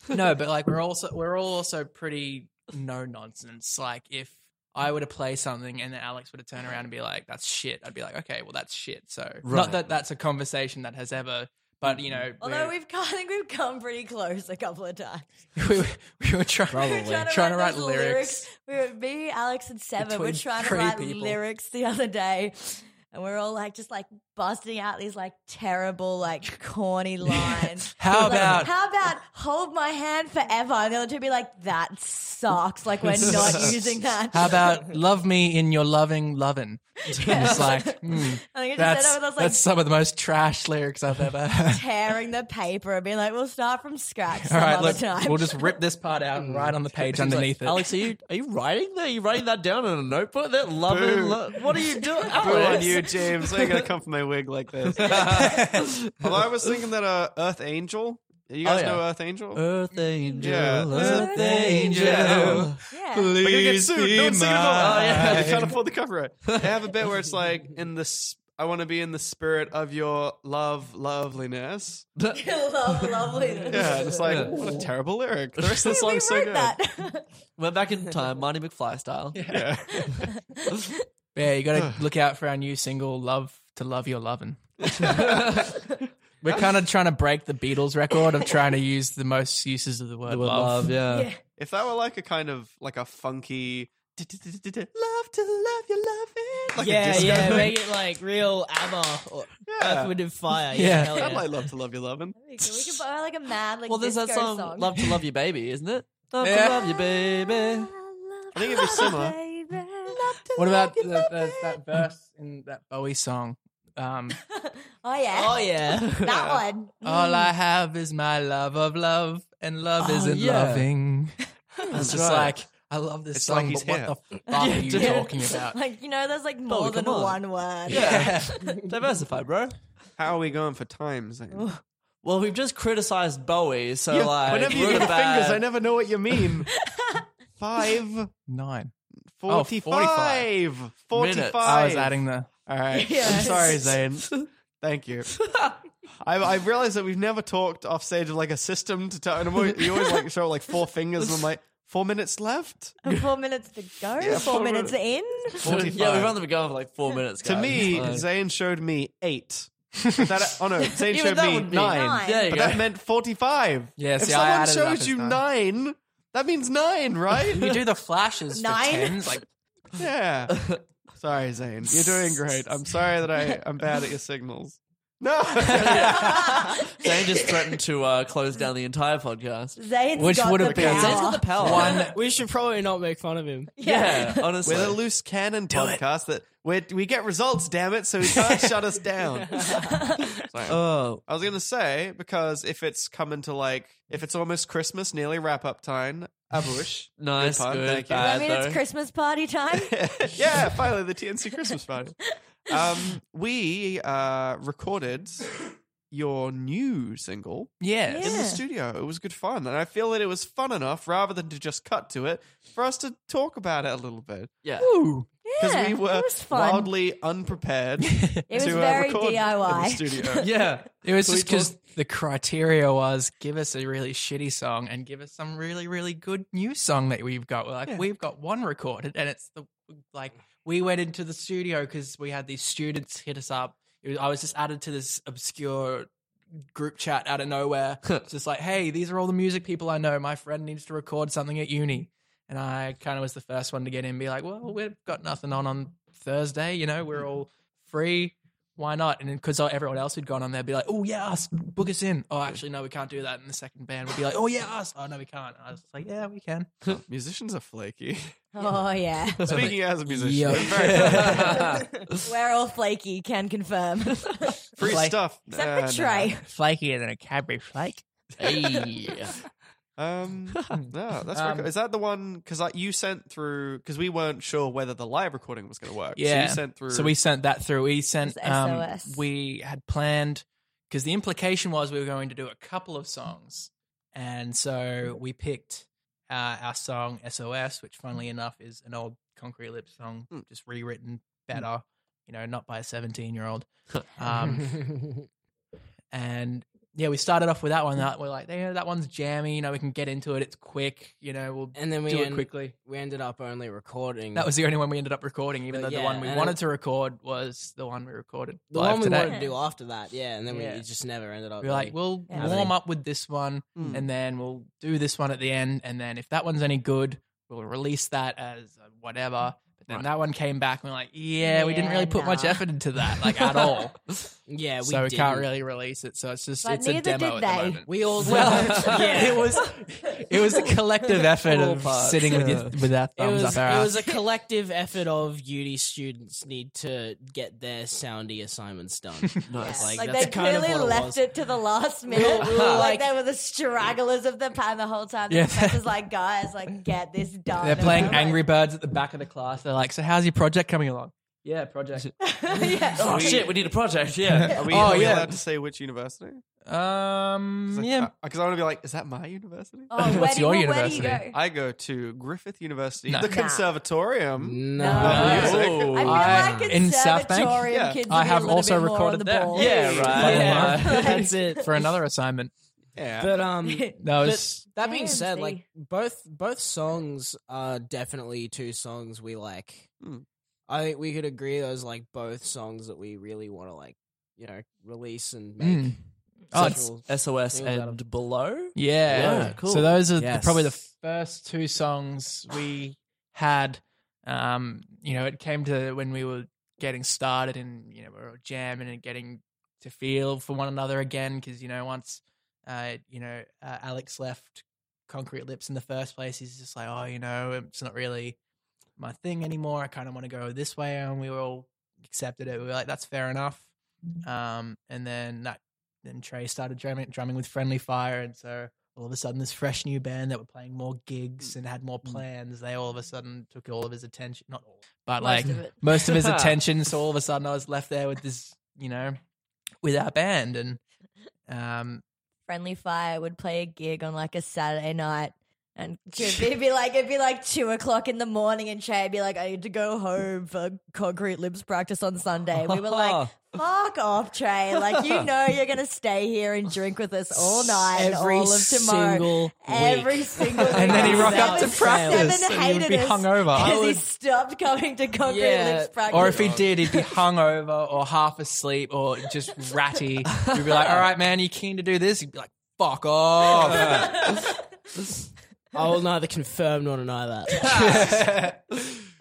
[SPEAKER 6] no but like we're also we're all also pretty
[SPEAKER 7] No nonsense. Like if I were to play something and then Alex were to turn around and be like, "That's shit," I'd be like, "Okay, well, that's shit." So
[SPEAKER 2] Right.
[SPEAKER 7] not that that's a conversation that has ever. But you know,
[SPEAKER 3] Although
[SPEAKER 7] we're-
[SPEAKER 3] we've come, I think we've come pretty close a couple of times.
[SPEAKER 6] we, were- we were trying
[SPEAKER 5] Probably.
[SPEAKER 3] We were
[SPEAKER 6] trying, to write
[SPEAKER 3] those
[SPEAKER 6] lyrics
[SPEAKER 3] We were me, Alex, and Seven.
[SPEAKER 6] Between
[SPEAKER 3] were trying to
[SPEAKER 6] three
[SPEAKER 3] write
[SPEAKER 6] people.
[SPEAKER 3] lyrics the other day, and we're all like just like busting out these like terrible, like corny lines.
[SPEAKER 6] How
[SPEAKER 3] Like,
[SPEAKER 6] about-
[SPEAKER 3] how about hold my hand forever? And the other two be like, that sucks. Like we're not using that.
[SPEAKER 6] How about love me in your loving loving? It's like hmm,
[SPEAKER 3] I think I just
[SPEAKER 6] that's,
[SPEAKER 3] said I was like
[SPEAKER 6] that's some of the most trash lyrics I've ever heard.
[SPEAKER 3] tearing the paper and being like, we'll start from scratch
[SPEAKER 6] All
[SPEAKER 3] some
[SPEAKER 6] right,
[SPEAKER 3] other
[SPEAKER 6] look,
[SPEAKER 3] time.
[SPEAKER 6] we'll just rip this part out and write on the page underneath it.
[SPEAKER 2] Alex, are you are you writing that? Are you writing that down in a notebook? That love
[SPEAKER 4] Boo.
[SPEAKER 2] and lo- what are you doing?
[SPEAKER 4] Boo on
[SPEAKER 2] Alex?
[SPEAKER 4] you, James. I ain't gonna come for my wig like this. Although I was thinking that uh, Earth Angel You guys
[SPEAKER 2] Oh, yeah.
[SPEAKER 4] know Earth Angel?
[SPEAKER 2] Earth angel,
[SPEAKER 4] Yeah.
[SPEAKER 2] earth angel.
[SPEAKER 3] Yeah.
[SPEAKER 4] We're gonna get sued. No, sing along. Oh, yeah. They can't
[SPEAKER 2] mine.
[SPEAKER 4] afford the copyright. They have a bit where it's like, in the, s- I want to be in the spirit of your love, loveliness.
[SPEAKER 3] Love, loveliness.
[SPEAKER 4] Yeah, and it's like, what a terrible lyric. The rest of the
[SPEAKER 3] We
[SPEAKER 4] song's so
[SPEAKER 3] wrote
[SPEAKER 4] good.
[SPEAKER 3] that.
[SPEAKER 2] We're back in time, Marty McFly style.
[SPEAKER 4] Yeah.
[SPEAKER 7] Yeah, you gotta look out for our new single, "Love to Love Your Lovin'." We're kind of trying to break the Beatles record of trying to use the most uses of the word,
[SPEAKER 2] The word
[SPEAKER 7] love.
[SPEAKER 2] love, yeah.
[SPEAKER 3] Yeah.
[SPEAKER 4] If that were like a kind of, like a funky, love to love your loving. Like a
[SPEAKER 5] yeah,
[SPEAKER 4] disco.
[SPEAKER 5] yeah, make it like real ABBA or
[SPEAKER 4] Yeah.
[SPEAKER 5] Earth, Wind and Fire. Yeah,
[SPEAKER 7] Yeah.
[SPEAKER 5] hell
[SPEAKER 4] I'd
[SPEAKER 5] yeah.
[SPEAKER 4] like love to love your loving.
[SPEAKER 3] we can buy like a mad like
[SPEAKER 2] Well, there's that
[SPEAKER 3] disco
[SPEAKER 2] song, "Love to Love You Baby," isn't it? Love to love you, baby.
[SPEAKER 4] I think it'd be similar.
[SPEAKER 7] What about the, the, that verse in that Bowie song? Um,
[SPEAKER 3] Oh yeah. Oh,
[SPEAKER 5] Oh yeah.
[SPEAKER 3] That one.
[SPEAKER 7] All I have is my love of love, and love
[SPEAKER 2] Oh,
[SPEAKER 7] isn't
[SPEAKER 2] yeah.
[SPEAKER 7] loving. It's just
[SPEAKER 2] right.
[SPEAKER 7] like Ah, I love this
[SPEAKER 4] It's like
[SPEAKER 7] song,
[SPEAKER 4] he's
[SPEAKER 7] but
[SPEAKER 4] here.
[SPEAKER 7] what the fuck are you
[SPEAKER 2] Yeah.
[SPEAKER 7] talking about?
[SPEAKER 3] Mm. Like you know, there's like more
[SPEAKER 2] Bowie,
[SPEAKER 3] than
[SPEAKER 2] come on.
[SPEAKER 3] one word.
[SPEAKER 2] Yeah, diversify, bro.
[SPEAKER 4] How are we going for time, Zane?
[SPEAKER 2] Well, we've just criticized Bowie, so
[SPEAKER 4] Yeah,
[SPEAKER 2] like,
[SPEAKER 4] whenever you
[SPEAKER 2] we're
[SPEAKER 4] do the
[SPEAKER 2] bad-
[SPEAKER 4] fingers, I never know what you mean. Five.
[SPEAKER 7] Nine. Oh,
[SPEAKER 4] 45.
[SPEAKER 7] 45.
[SPEAKER 4] 45.
[SPEAKER 7] I was adding the. All right.
[SPEAKER 4] I'm sorry, Zane. Thank you. I, I realized that we've never talked off stage of like a system to tell. And I'm always, you always like show like four fingers, and I'm like, four minutes left?
[SPEAKER 3] And Four minutes to go. four,
[SPEAKER 4] four
[SPEAKER 3] minutes in.
[SPEAKER 2] Yeah, we've only been going for like four minutes.
[SPEAKER 4] To
[SPEAKER 2] guys.
[SPEAKER 4] me,
[SPEAKER 2] Like-
[SPEAKER 4] Zane showed me eight. That, oh no, Zane
[SPEAKER 2] Even
[SPEAKER 4] showed
[SPEAKER 2] that
[SPEAKER 4] me
[SPEAKER 2] would be-
[SPEAKER 4] nine.
[SPEAKER 3] Nine.
[SPEAKER 2] there you
[SPEAKER 4] But
[SPEAKER 2] go.
[SPEAKER 4] that meant 45.
[SPEAKER 7] Yeah,
[SPEAKER 4] if
[SPEAKER 7] see, I
[SPEAKER 4] someone
[SPEAKER 7] added it up
[SPEAKER 4] showed
[SPEAKER 7] this
[SPEAKER 4] you
[SPEAKER 7] time.
[SPEAKER 4] nine, that means nine,
[SPEAKER 7] You
[SPEAKER 4] right?
[SPEAKER 7] do the flashes
[SPEAKER 3] Nine?
[SPEAKER 7] for tens, like
[SPEAKER 4] yeah. Sorry, Zane. You're doing great. I'm sorry that I, I'm bad at your signals. No.
[SPEAKER 2] Zane just threatened to uh, close down the entire podcast.
[SPEAKER 3] Zane's
[SPEAKER 7] Which
[SPEAKER 3] got
[SPEAKER 7] would
[SPEAKER 3] the
[SPEAKER 7] have been-
[SPEAKER 3] power.
[SPEAKER 2] Zane's got the power.
[SPEAKER 7] one.
[SPEAKER 5] We should probably not make fun of him.
[SPEAKER 2] Yeah, honestly.
[SPEAKER 4] We're the loose cannon podcast that we we get results, damn it, so we can't shut us down. Sorry.
[SPEAKER 2] oh,
[SPEAKER 4] I was gonna say because if it's coming to like if it's almost Christmas, nearly wrap up time, abush.
[SPEAKER 2] nice,
[SPEAKER 4] Good pun,
[SPEAKER 2] good,
[SPEAKER 4] thank you.
[SPEAKER 3] Does that
[SPEAKER 2] bad,
[SPEAKER 3] mean
[SPEAKER 2] though.
[SPEAKER 3] it's Christmas party time?
[SPEAKER 4] yeah, finally the TNC Christmas party. Um, we uh, recorded your new single
[SPEAKER 7] yeah.
[SPEAKER 4] in the
[SPEAKER 3] Yeah.
[SPEAKER 4] studio. It was good fun, and I feel that it was fun enough rather than to just cut to it for us to talk about it a little bit
[SPEAKER 2] yeah.
[SPEAKER 4] because
[SPEAKER 3] Yeah,
[SPEAKER 4] we
[SPEAKER 3] it
[SPEAKER 4] were
[SPEAKER 3] was fun.
[SPEAKER 4] wildly unprepared.
[SPEAKER 3] It was
[SPEAKER 4] to, uh,
[SPEAKER 3] very
[SPEAKER 4] record in the
[SPEAKER 3] DIY.
[SPEAKER 4] studio.
[SPEAKER 7] Yeah, it was
[SPEAKER 4] So we
[SPEAKER 7] just because the criteria was give us a really shitty song and give us some really really good new song that we've got. We're like we've got one recorded, and it's the like we went into the studio because we had these students hit us up. It was, I was just added to this obscure group chat out of nowhere. it's just like, hey, these are all the music people I know. My friend needs to record something at uni. And I kind of was the first one to get in and be like, well, we've got nothing on on Thursday. You know,
[SPEAKER 4] Mm-hmm.
[SPEAKER 7] we're all free. Why not? And because everyone else had gone on there, be like, oh, yeah, us, book us in. Oh, actually, no, we can't do that. And the second band would be like, oh, yeah, us. Oh, no, we can't. And I was just like, yeah, we can.
[SPEAKER 4] Musicians are flaky.
[SPEAKER 3] Oh yeah.
[SPEAKER 4] Speaking as a musician,
[SPEAKER 7] Yeah.
[SPEAKER 4] I'm very-
[SPEAKER 3] We're all flaky, can confirm. Except
[SPEAKER 4] free
[SPEAKER 7] Like-
[SPEAKER 4] stuff. Nah, nah.
[SPEAKER 3] for Trey.
[SPEAKER 7] Flakier than a Cadbury flake.
[SPEAKER 2] Hey.
[SPEAKER 4] Um, no, that's
[SPEAKER 7] Um,
[SPEAKER 4] very cool. Is that the one? Because like, you sent through because we weren't sure whether the live recording was going to work. so
[SPEAKER 7] Yeah.
[SPEAKER 4] you sent through.
[SPEAKER 7] So we sent that through. We sent.
[SPEAKER 3] It's
[SPEAKER 7] Um,
[SPEAKER 3] SOS.
[SPEAKER 7] we had planned because the implication was we were going to do a couple of songs, and so we picked uh, our song "SOS," which, funnily enough, is an old Concrete Lips song, just rewritten better. You know, not by a seventeen-year-old. um, and yeah, we started off with that
[SPEAKER 5] Hmm.
[SPEAKER 7] one. That we're like, yeah, that one's jammy. You know, we can get into it. It's quick. You know, we'll
[SPEAKER 5] and then we
[SPEAKER 7] do it
[SPEAKER 5] end-
[SPEAKER 7] quickly.
[SPEAKER 5] We ended up only recording.
[SPEAKER 7] That was the only one we ended up recording, even though
[SPEAKER 5] But
[SPEAKER 7] the
[SPEAKER 5] yeah,
[SPEAKER 7] one we
[SPEAKER 5] and-
[SPEAKER 7] wanted to record was the one we recorded
[SPEAKER 5] the
[SPEAKER 7] live
[SPEAKER 5] one we
[SPEAKER 7] today.
[SPEAKER 5] wanted to do after that. Yeah, and then
[SPEAKER 7] Yeah.
[SPEAKER 5] we just never ended up.
[SPEAKER 7] We We're like,
[SPEAKER 5] really-
[SPEAKER 7] we'll
[SPEAKER 3] Yeah.
[SPEAKER 7] warm up with this one,
[SPEAKER 4] Mm.
[SPEAKER 5] Hmm.
[SPEAKER 7] and then we'll do this one at the end, and then if that one's any good, we'll release that as a whatever. But then that one came back, and we're like, yeah, we didn't
[SPEAKER 3] Yeah,
[SPEAKER 7] really put much
[SPEAKER 3] nah.
[SPEAKER 7] effort into that, like at all.
[SPEAKER 5] yeah, we
[SPEAKER 7] so we
[SPEAKER 5] didn't.
[SPEAKER 7] can't really release it. So it's just
[SPEAKER 3] But
[SPEAKER 7] it's a
[SPEAKER 3] neither
[SPEAKER 7] demo
[SPEAKER 3] did
[SPEAKER 7] at the
[SPEAKER 3] they.
[SPEAKER 7] moment.
[SPEAKER 5] We all
[SPEAKER 7] Well,
[SPEAKER 5] yeah,
[SPEAKER 7] it was it was a collective effort of sitting with your, with our
[SPEAKER 5] It
[SPEAKER 7] thumbs
[SPEAKER 5] was,
[SPEAKER 7] up
[SPEAKER 5] it
[SPEAKER 7] our ass.
[SPEAKER 5] was a collective effort of uni students need to get their soundy assignments done.
[SPEAKER 2] Nice.
[SPEAKER 5] Like,
[SPEAKER 3] Like
[SPEAKER 5] that's
[SPEAKER 3] they
[SPEAKER 5] kind of
[SPEAKER 3] clearly
[SPEAKER 5] what it
[SPEAKER 3] left
[SPEAKER 5] was.
[SPEAKER 3] it to the last minute.
[SPEAKER 5] we were like-
[SPEAKER 3] like, they were the stragglers of the pan the whole time. The
[SPEAKER 7] Yeah.
[SPEAKER 3] professor's like, guys, like get this done.
[SPEAKER 7] They're
[SPEAKER 3] And
[SPEAKER 7] playing
[SPEAKER 3] we're like,
[SPEAKER 7] Angry Birds at the back of the class. They're like, "So how's your project coming along?" Yeah, project.
[SPEAKER 3] yeah.
[SPEAKER 2] Oh shit, we need a project. Yeah.
[SPEAKER 4] Are we,
[SPEAKER 7] Oh,
[SPEAKER 4] are we
[SPEAKER 7] yeah.
[SPEAKER 4] allowed to say which university?
[SPEAKER 7] Um,
[SPEAKER 4] Because
[SPEAKER 7] yeah.
[SPEAKER 4] I, want to be like, is that my university?
[SPEAKER 3] Oh, where,
[SPEAKER 6] What's
[SPEAKER 3] do,
[SPEAKER 6] your
[SPEAKER 3] well, where do you
[SPEAKER 6] university?
[SPEAKER 3] go?
[SPEAKER 4] I go to Griffith University,
[SPEAKER 7] No.
[SPEAKER 4] the
[SPEAKER 3] Nah.
[SPEAKER 4] conservatorium. Music.
[SPEAKER 3] No. I feel
[SPEAKER 7] I-
[SPEAKER 3] like
[SPEAKER 7] in South Bank?
[SPEAKER 3] conservatorium
[SPEAKER 4] Yeah.
[SPEAKER 3] kids
[SPEAKER 7] I
[SPEAKER 3] would be a
[SPEAKER 7] have
[SPEAKER 3] little
[SPEAKER 7] also
[SPEAKER 3] bit more on
[SPEAKER 7] recorded
[SPEAKER 3] the
[SPEAKER 7] that.
[SPEAKER 3] ball.
[SPEAKER 2] Yeah, right.
[SPEAKER 7] Fucking
[SPEAKER 2] Yeah.
[SPEAKER 7] hell. That's it for another assignment.
[SPEAKER 4] Yeah.
[SPEAKER 5] But um,
[SPEAKER 7] No,
[SPEAKER 5] But
[SPEAKER 7] it's
[SPEAKER 5] that being
[SPEAKER 3] Damn,
[SPEAKER 5] said,
[SPEAKER 3] see.
[SPEAKER 5] like both both songs are definitely two songs we like.
[SPEAKER 4] Hmm.
[SPEAKER 5] I think we could agree those like both songs that we really want to like, you know, release and
[SPEAKER 4] Hmm.
[SPEAKER 5] make.
[SPEAKER 7] Mm. Oh, it's-
[SPEAKER 5] sexual-
[SPEAKER 2] SOS
[SPEAKER 5] Feels out
[SPEAKER 2] and below.
[SPEAKER 7] yeah.
[SPEAKER 2] Yeah, cool.
[SPEAKER 7] So those are the-
[SPEAKER 5] Yes.
[SPEAKER 7] probably the first two songs we had. Um, you know, it came to when we were getting started and you know we were all jamming and getting to feel for one another again because you know once uh you know uh, Alex left Concrete Lips in the first place, he's just like, oh, you know, it's not really my thing anymore. I kind of want to go this way, and we were all accepted it. We were like, that's fair enough.
[SPEAKER 3] Mm-hmm.
[SPEAKER 7] Um, and then that then Trey started drumming, drumming with Friendly Fire, and so all of a sudden, this fresh new band that were playing more gigs and had more
[SPEAKER 3] Mm-hmm.
[SPEAKER 7] plans, they all of a sudden took all of his attention. Not all,
[SPEAKER 3] Most
[SPEAKER 7] but like
[SPEAKER 3] of it.
[SPEAKER 7] most of his attention. So all of a sudden, I was left there with this, you know, with our band, and um,
[SPEAKER 3] Friendly Fire would play a gig on like a Saturday night. And it'd be like it'd be like two o'clock in the morning, and Trey'd be like, "I need to go home for concrete lips practice on Sunday." We were like, "Fuck off, Trey! Like you know you're gonna stay here and drink with us all night, and
[SPEAKER 5] every
[SPEAKER 3] all of tomorrow,
[SPEAKER 5] single
[SPEAKER 3] every
[SPEAKER 5] week.
[SPEAKER 3] single."
[SPEAKER 7] and then he
[SPEAKER 3] week.
[SPEAKER 7] rocked up
[SPEAKER 5] That
[SPEAKER 7] to
[SPEAKER 5] was
[SPEAKER 7] practice,
[SPEAKER 3] Seven
[SPEAKER 7] and he would
[SPEAKER 3] hated
[SPEAKER 7] be
[SPEAKER 3] us
[SPEAKER 7] hungover.
[SPEAKER 3] because he stopped coming to concrete
[SPEAKER 5] Yeah.
[SPEAKER 3] lips practice.
[SPEAKER 7] Or if he did, he'd be hungover or half asleep or just ratty. We'd be like, "All right, man, you keen to do this?" He'd be like, "Fuck off."
[SPEAKER 5] I will neither confirm nor deny that.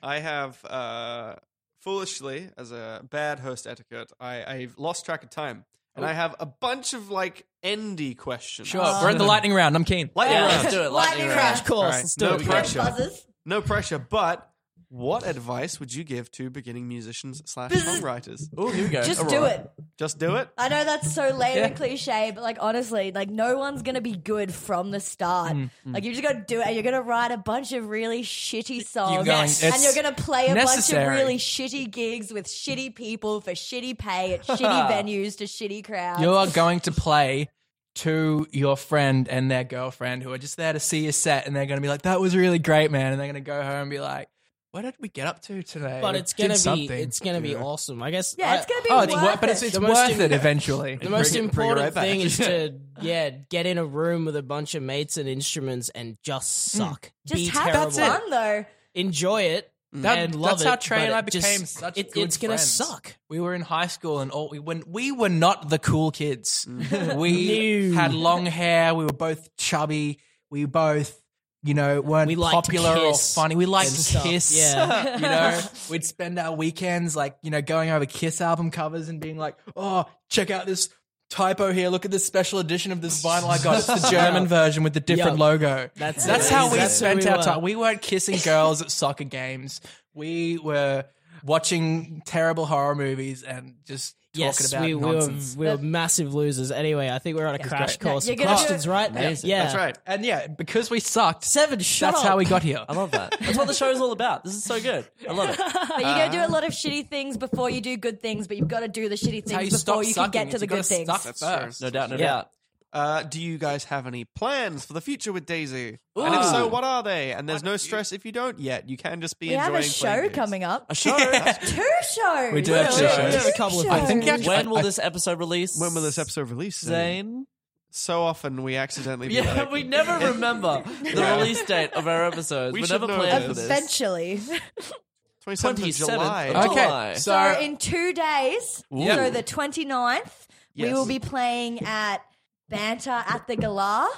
[SPEAKER 4] I have uh, foolishly, as a bad host etiquette, I, I've lost track of time, and I have a bunch of like endy questions.
[SPEAKER 7] Sure, we're in the lightning round. I'm keen.
[SPEAKER 4] Lightning
[SPEAKER 2] Yeah,
[SPEAKER 4] round.
[SPEAKER 2] let's do it. Lightning round.
[SPEAKER 5] Crash course.
[SPEAKER 4] All right,
[SPEAKER 5] Let's do
[SPEAKER 4] no
[SPEAKER 5] it.
[SPEAKER 4] pressure.
[SPEAKER 3] buzzes.
[SPEAKER 4] No pressure. But what advice would you give to beginning musicians slash songwriters?
[SPEAKER 2] Ooh, here we go.
[SPEAKER 3] Just do
[SPEAKER 2] Aurora.
[SPEAKER 3] it.
[SPEAKER 4] Just do it.
[SPEAKER 3] I know that's so lame and cliche, but like honestly, like no one's gonna be good from the start. Like you just gotta do it, and you're gonna write a bunch of really shitty songs,
[SPEAKER 7] going-
[SPEAKER 3] and
[SPEAKER 7] it's
[SPEAKER 3] you're gonna play a bunch
[SPEAKER 7] necessary.
[SPEAKER 3] of really shitty gigs with shitty people for shitty pay at shitty venues to shitty crowds.
[SPEAKER 7] You are going to play to your friend and their girlfriend who are just there to see your set, and they're going to be like, "That was really great, man," and they're going to go home and be like, "What did we get up to today?"
[SPEAKER 5] But
[SPEAKER 7] We
[SPEAKER 5] it's
[SPEAKER 7] did
[SPEAKER 5] gonna be
[SPEAKER 7] something."
[SPEAKER 5] it's gonna be
[SPEAKER 4] Yeah.
[SPEAKER 5] awesome. I guess.
[SPEAKER 3] yeah,
[SPEAKER 5] I-
[SPEAKER 3] it's gonna be
[SPEAKER 7] oh,
[SPEAKER 3] worth
[SPEAKER 7] it's worth, but it's
[SPEAKER 3] it.
[SPEAKER 7] it's
[SPEAKER 5] The most
[SPEAKER 7] worth
[SPEAKER 5] im-
[SPEAKER 7] it eventually.
[SPEAKER 5] The most
[SPEAKER 4] it- bring it
[SPEAKER 5] important
[SPEAKER 4] right back.
[SPEAKER 5] thing is to yeah get in a room with a bunch of mates and instruments and just suck.
[SPEAKER 3] Hmm. just
[SPEAKER 5] Be
[SPEAKER 3] have
[SPEAKER 5] terrible.
[SPEAKER 3] fun though.
[SPEAKER 5] Enjoy it.
[SPEAKER 7] Mm. That-
[SPEAKER 5] and love
[SPEAKER 7] that's
[SPEAKER 5] it,
[SPEAKER 7] how Trey
[SPEAKER 5] but
[SPEAKER 7] and I
[SPEAKER 5] it just-
[SPEAKER 7] became such
[SPEAKER 5] it-
[SPEAKER 7] good
[SPEAKER 5] It's gonna
[SPEAKER 7] friends.
[SPEAKER 5] suck.
[SPEAKER 7] We were in high school and all we when we were not the cool kids. we
[SPEAKER 5] Mm. No.
[SPEAKER 7] had long hair. We were both chubby. We both, you know, weren't
[SPEAKER 5] We liked
[SPEAKER 7] popular or
[SPEAKER 5] Kiss
[SPEAKER 7] funny. We liked
[SPEAKER 5] and stuff,
[SPEAKER 7] Kiss.
[SPEAKER 5] yeah.
[SPEAKER 7] you know, we'd spend our weekends like you know going over Kiss album covers and being like, oh, check out this. Typo here. Look at this special edition of this vinyl I got. It's the German version with the different
[SPEAKER 5] Yeah.
[SPEAKER 7] logo.
[SPEAKER 5] That's it.
[SPEAKER 7] that's how we
[SPEAKER 5] That's who
[SPEAKER 7] spent
[SPEAKER 5] we
[SPEAKER 7] our
[SPEAKER 5] were.
[SPEAKER 7] time. We weren't kissing girls at soccer games. We were watching terrible horror movies and just talking
[SPEAKER 5] Yes,
[SPEAKER 7] about
[SPEAKER 5] we, we were
[SPEAKER 7] nonsense.
[SPEAKER 5] we were massive losers. Anyway, I think we're on a crash
[SPEAKER 3] great.
[SPEAKER 5] course.
[SPEAKER 3] Yeah,
[SPEAKER 5] for
[SPEAKER 3] you're gonna do
[SPEAKER 5] questions,
[SPEAKER 3] it.
[SPEAKER 5] right? Yeah,
[SPEAKER 4] That's right.
[SPEAKER 7] and yeah, because we sucked,
[SPEAKER 5] Seven. Shut
[SPEAKER 7] that's
[SPEAKER 5] up.
[SPEAKER 7] how we got here.
[SPEAKER 2] I love that. That's what the show is all about. This is so good. I love it.
[SPEAKER 3] But you're gonna Oh,
[SPEAKER 7] Uh-huh.
[SPEAKER 3] do a lot of shitty things before you do good things, but you've got to do the shitty
[SPEAKER 7] how
[SPEAKER 3] things before
[SPEAKER 7] you stop
[SPEAKER 3] you can
[SPEAKER 7] sucking
[SPEAKER 3] get to
[SPEAKER 7] is
[SPEAKER 3] the
[SPEAKER 7] you gotta
[SPEAKER 3] good things.
[SPEAKER 7] suck first.
[SPEAKER 2] No doubt, no
[SPEAKER 5] Yeah.
[SPEAKER 2] doubt.
[SPEAKER 4] Uh, do you guys have any plans for the future with Daisy? And if so, what are they? And there's no stress if you don't yet. You can just be
[SPEAKER 3] We
[SPEAKER 4] enjoying
[SPEAKER 3] have a
[SPEAKER 4] playing
[SPEAKER 3] show
[SPEAKER 4] games.
[SPEAKER 3] coming up.
[SPEAKER 2] A show.
[SPEAKER 3] Two shows.
[SPEAKER 7] We do have two
[SPEAKER 5] we have a
[SPEAKER 7] shows.
[SPEAKER 5] couple of.
[SPEAKER 3] I
[SPEAKER 7] think
[SPEAKER 5] things.
[SPEAKER 7] actually-
[SPEAKER 2] When will
[SPEAKER 7] I-
[SPEAKER 2] this episode release?
[SPEAKER 4] When will this episode release?
[SPEAKER 2] Zane?
[SPEAKER 4] So often we accidentally. Be
[SPEAKER 2] Yeah,
[SPEAKER 4] like,
[SPEAKER 2] we never remember the release date of our episodes.
[SPEAKER 4] We
[SPEAKER 2] We,
[SPEAKER 4] should
[SPEAKER 2] never
[SPEAKER 4] know
[SPEAKER 2] plan for
[SPEAKER 4] this.
[SPEAKER 2] this.
[SPEAKER 3] Eventually.
[SPEAKER 4] 27th of
[SPEAKER 2] 27th
[SPEAKER 4] July.
[SPEAKER 2] of
[SPEAKER 7] Okay,
[SPEAKER 2] July.
[SPEAKER 7] so,
[SPEAKER 3] So in two days,
[SPEAKER 7] Yep.
[SPEAKER 3] so the 29th, we
[SPEAKER 4] Yes.
[SPEAKER 3] will be playing at Banter at the Gala.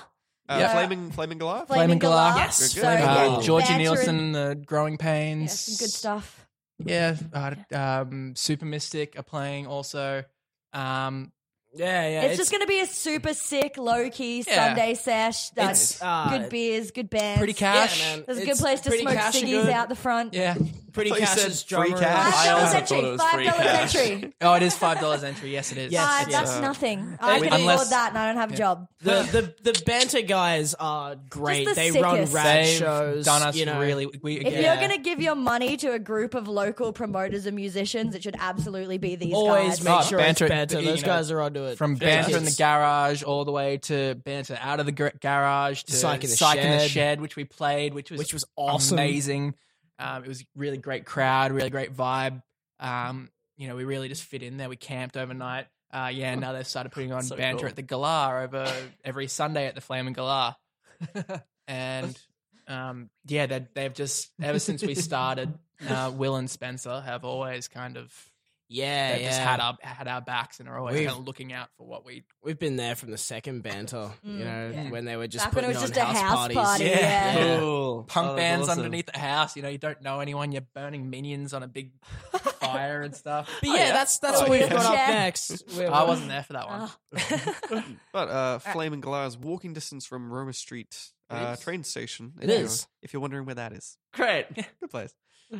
[SPEAKER 4] Uh,
[SPEAKER 3] Yeah.
[SPEAKER 4] Flaming Flaming Goliath.
[SPEAKER 3] Flaming
[SPEAKER 7] Gala.
[SPEAKER 3] Gala.
[SPEAKER 5] Yes.
[SPEAKER 3] So,
[SPEAKER 4] Flaming
[SPEAKER 3] yeah,
[SPEAKER 7] uh,
[SPEAKER 4] Wow.
[SPEAKER 7] Georgie
[SPEAKER 3] Banter
[SPEAKER 7] Nielsen,
[SPEAKER 3] and-
[SPEAKER 7] the Growing Pains,
[SPEAKER 3] yeah, some good stuff.
[SPEAKER 7] Yeah, uh, um, Super Mystic are playing also. Um,
[SPEAKER 5] Yeah, yeah.
[SPEAKER 3] It's, just going to be a super sick, low key
[SPEAKER 7] Yeah.
[SPEAKER 3] Sunday sesh. That's
[SPEAKER 5] It's, uh,
[SPEAKER 3] good beers, good bands.
[SPEAKER 7] pretty cash.
[SPEAKER 5] Yeah, man.
[SPEAKER 3] There's a
[SPEAKER 5] It's
[SPEAKER 3] good place to
[SPEAKER 5] pretty
[SPEAKER 3] smoke
[SPEAKER 5] cash and
[SPEAKER 3] ciggies
[SPEAKER 5] good.
[SPEAKER 3] out the front.
[SPEAKER 7] Yeah.
[SPEAKER 5] Pretty
[SPEAKER 4] thought you said
[SPEAKER 5] Cash's
[SPEAKER 4] free
[SPEAKER 5] drummer.
[SPEAKER 4] cash.
[SPEAKER 3] Five
[SPEAKER 2] I
[SPEAKER 3] dollars
[SPEAKER 2] also
[SPEAKER 3] entry.
[SPEAKER 2] thought it was
[SPEAKER 3] Five
[SPEAKER 2] free
[SPEAKER 3] dollars
[SPEAKER 2] cash.
[SPEAKER 3] entry.
[SPEAKER 7] Oh, it is five dollars entry. Yes, it is.
[SPEAKER 5] Yes. uh,
[SPEAKER 3] Five.
[SPEAKER 5] yes.
[SPEAKER 3] That's nothing. I can
[SPEAKER 5] Unless-
[SPEAKER 3] afford that, and I don't have a job.
[SPEAKER 5] The, the the banter guys are great.
[SPEAKER 3] the
[SPEAKER 5] they run
[SPEAKER 3] sickest.
[SPEAKER 5] rad
[SPEAKER 7] They've
[SPEAKER 5] shows.
[SPEAKER 7] done us
[SPEAKER 5] you know.
[SPEAKER 7] really. We,
[SPEAKER 3] If
[SPEAKER 7] yeah.
[SPEAKER 3] you're going to give your money to a group of local promoters and musicians, it should absolutely be these
[SPEAKER 5] Always
[SPEAKER 3] guys.
[SPEAKER 5] make
[SPEAKER 7] Oh,
[SPEAKER 5] sure
[SPEAKER 7] banter,
[SPEAKER 5] it's banter.
[SPEAKER 7] you
[SPEAKER 5] Those
[SPEAKER 7] know,
[SPEAKER 5] guys are onto it.
[SPEAKER 7] from banter in the
[SPEAKER 5] Kids.
[SPEAKER 7] garage all the way to banter out of the gar- garage to
[SPEAKER 5] Psych in the Shed.
[SPEAKER 7] Shed, which we played, which was
[SPEAKER 5] which was awesome.
[SPEAKER 7] amazing. Um, it was really great crowd, really great vibe. Um, you know, we really just fit in there. We camped overnight. Uh, yeah, now they've started putting on
[SPEAKER 2] So
[SPEAKER 7] banter
[SPEAKER 2] cool.
[SPEAKER 7] at the Galah over every Sunday at the Flaming Galah. and um, yeah, they, they've just ever since we started, uh, Will and Spencer have always kind of
[SPEAKER 5] Yeah,
[SPEAKER 7] they've
[SPEAKER 5] yeah.
[SPEAKER 7] just had our had our backs and are always
[SPEAKER 5] We've-
[SPEAKER 7] kind of looking out for what we
[SPEAKER 5] We've been there from the second banter.
[SPEAKER 3] Mm,
[SPEAKER 5] you know,
[SPEAKER 3] yeah.
[SPEAKER 5] when they were just
[SPEAKER 3] Back when
[SPEAKER 5] putting
[SPEAKER 3] it was
[SPEAKER 5] on
[SPEAKER 3] just a
[SPEAKER 5] house,
[SPEAKER 3] house
[SPEAKER 5] parties.
[SPEAKER 3] party, Yeah. yeah.
[SPEAKER 5] Yeah.
[SPEAKER 2] Cool.
[SPEAKER 7] punk
[SPEAKER 2] Oh, that's
[SPEAKER 7] bands
[SPEAKER 2] awesome.
[SPEAKER 7] underneath the house. You know, you don't know anyone. You're burning minions on a big fire and stuff.
[SPEAKER 5] But yeah, that's that's
[SPEAKER 7] Oh,
[SPEAKER 5] what we've
[SPEAKER 7] yeah.
[SPEAKER 5] got up
[SPEAKER 3] Yeah.
[SPEAKER 5] next. We're-
[SPEAKER 7] I wasn't there for that one.
[SPEAKER 3] Oh.
[SPEAKER 4] But uh, Flame and Glass, walking distance from Roma Street uh, train station.
[SPEAKER 5] It
[SPEAKER 4] if you're-
[SPEAKER 5] is.
[SPEAKER 4] If you're wondering where that is,
[SPEAKER 2] Great.
[SPEAKER 4] good place.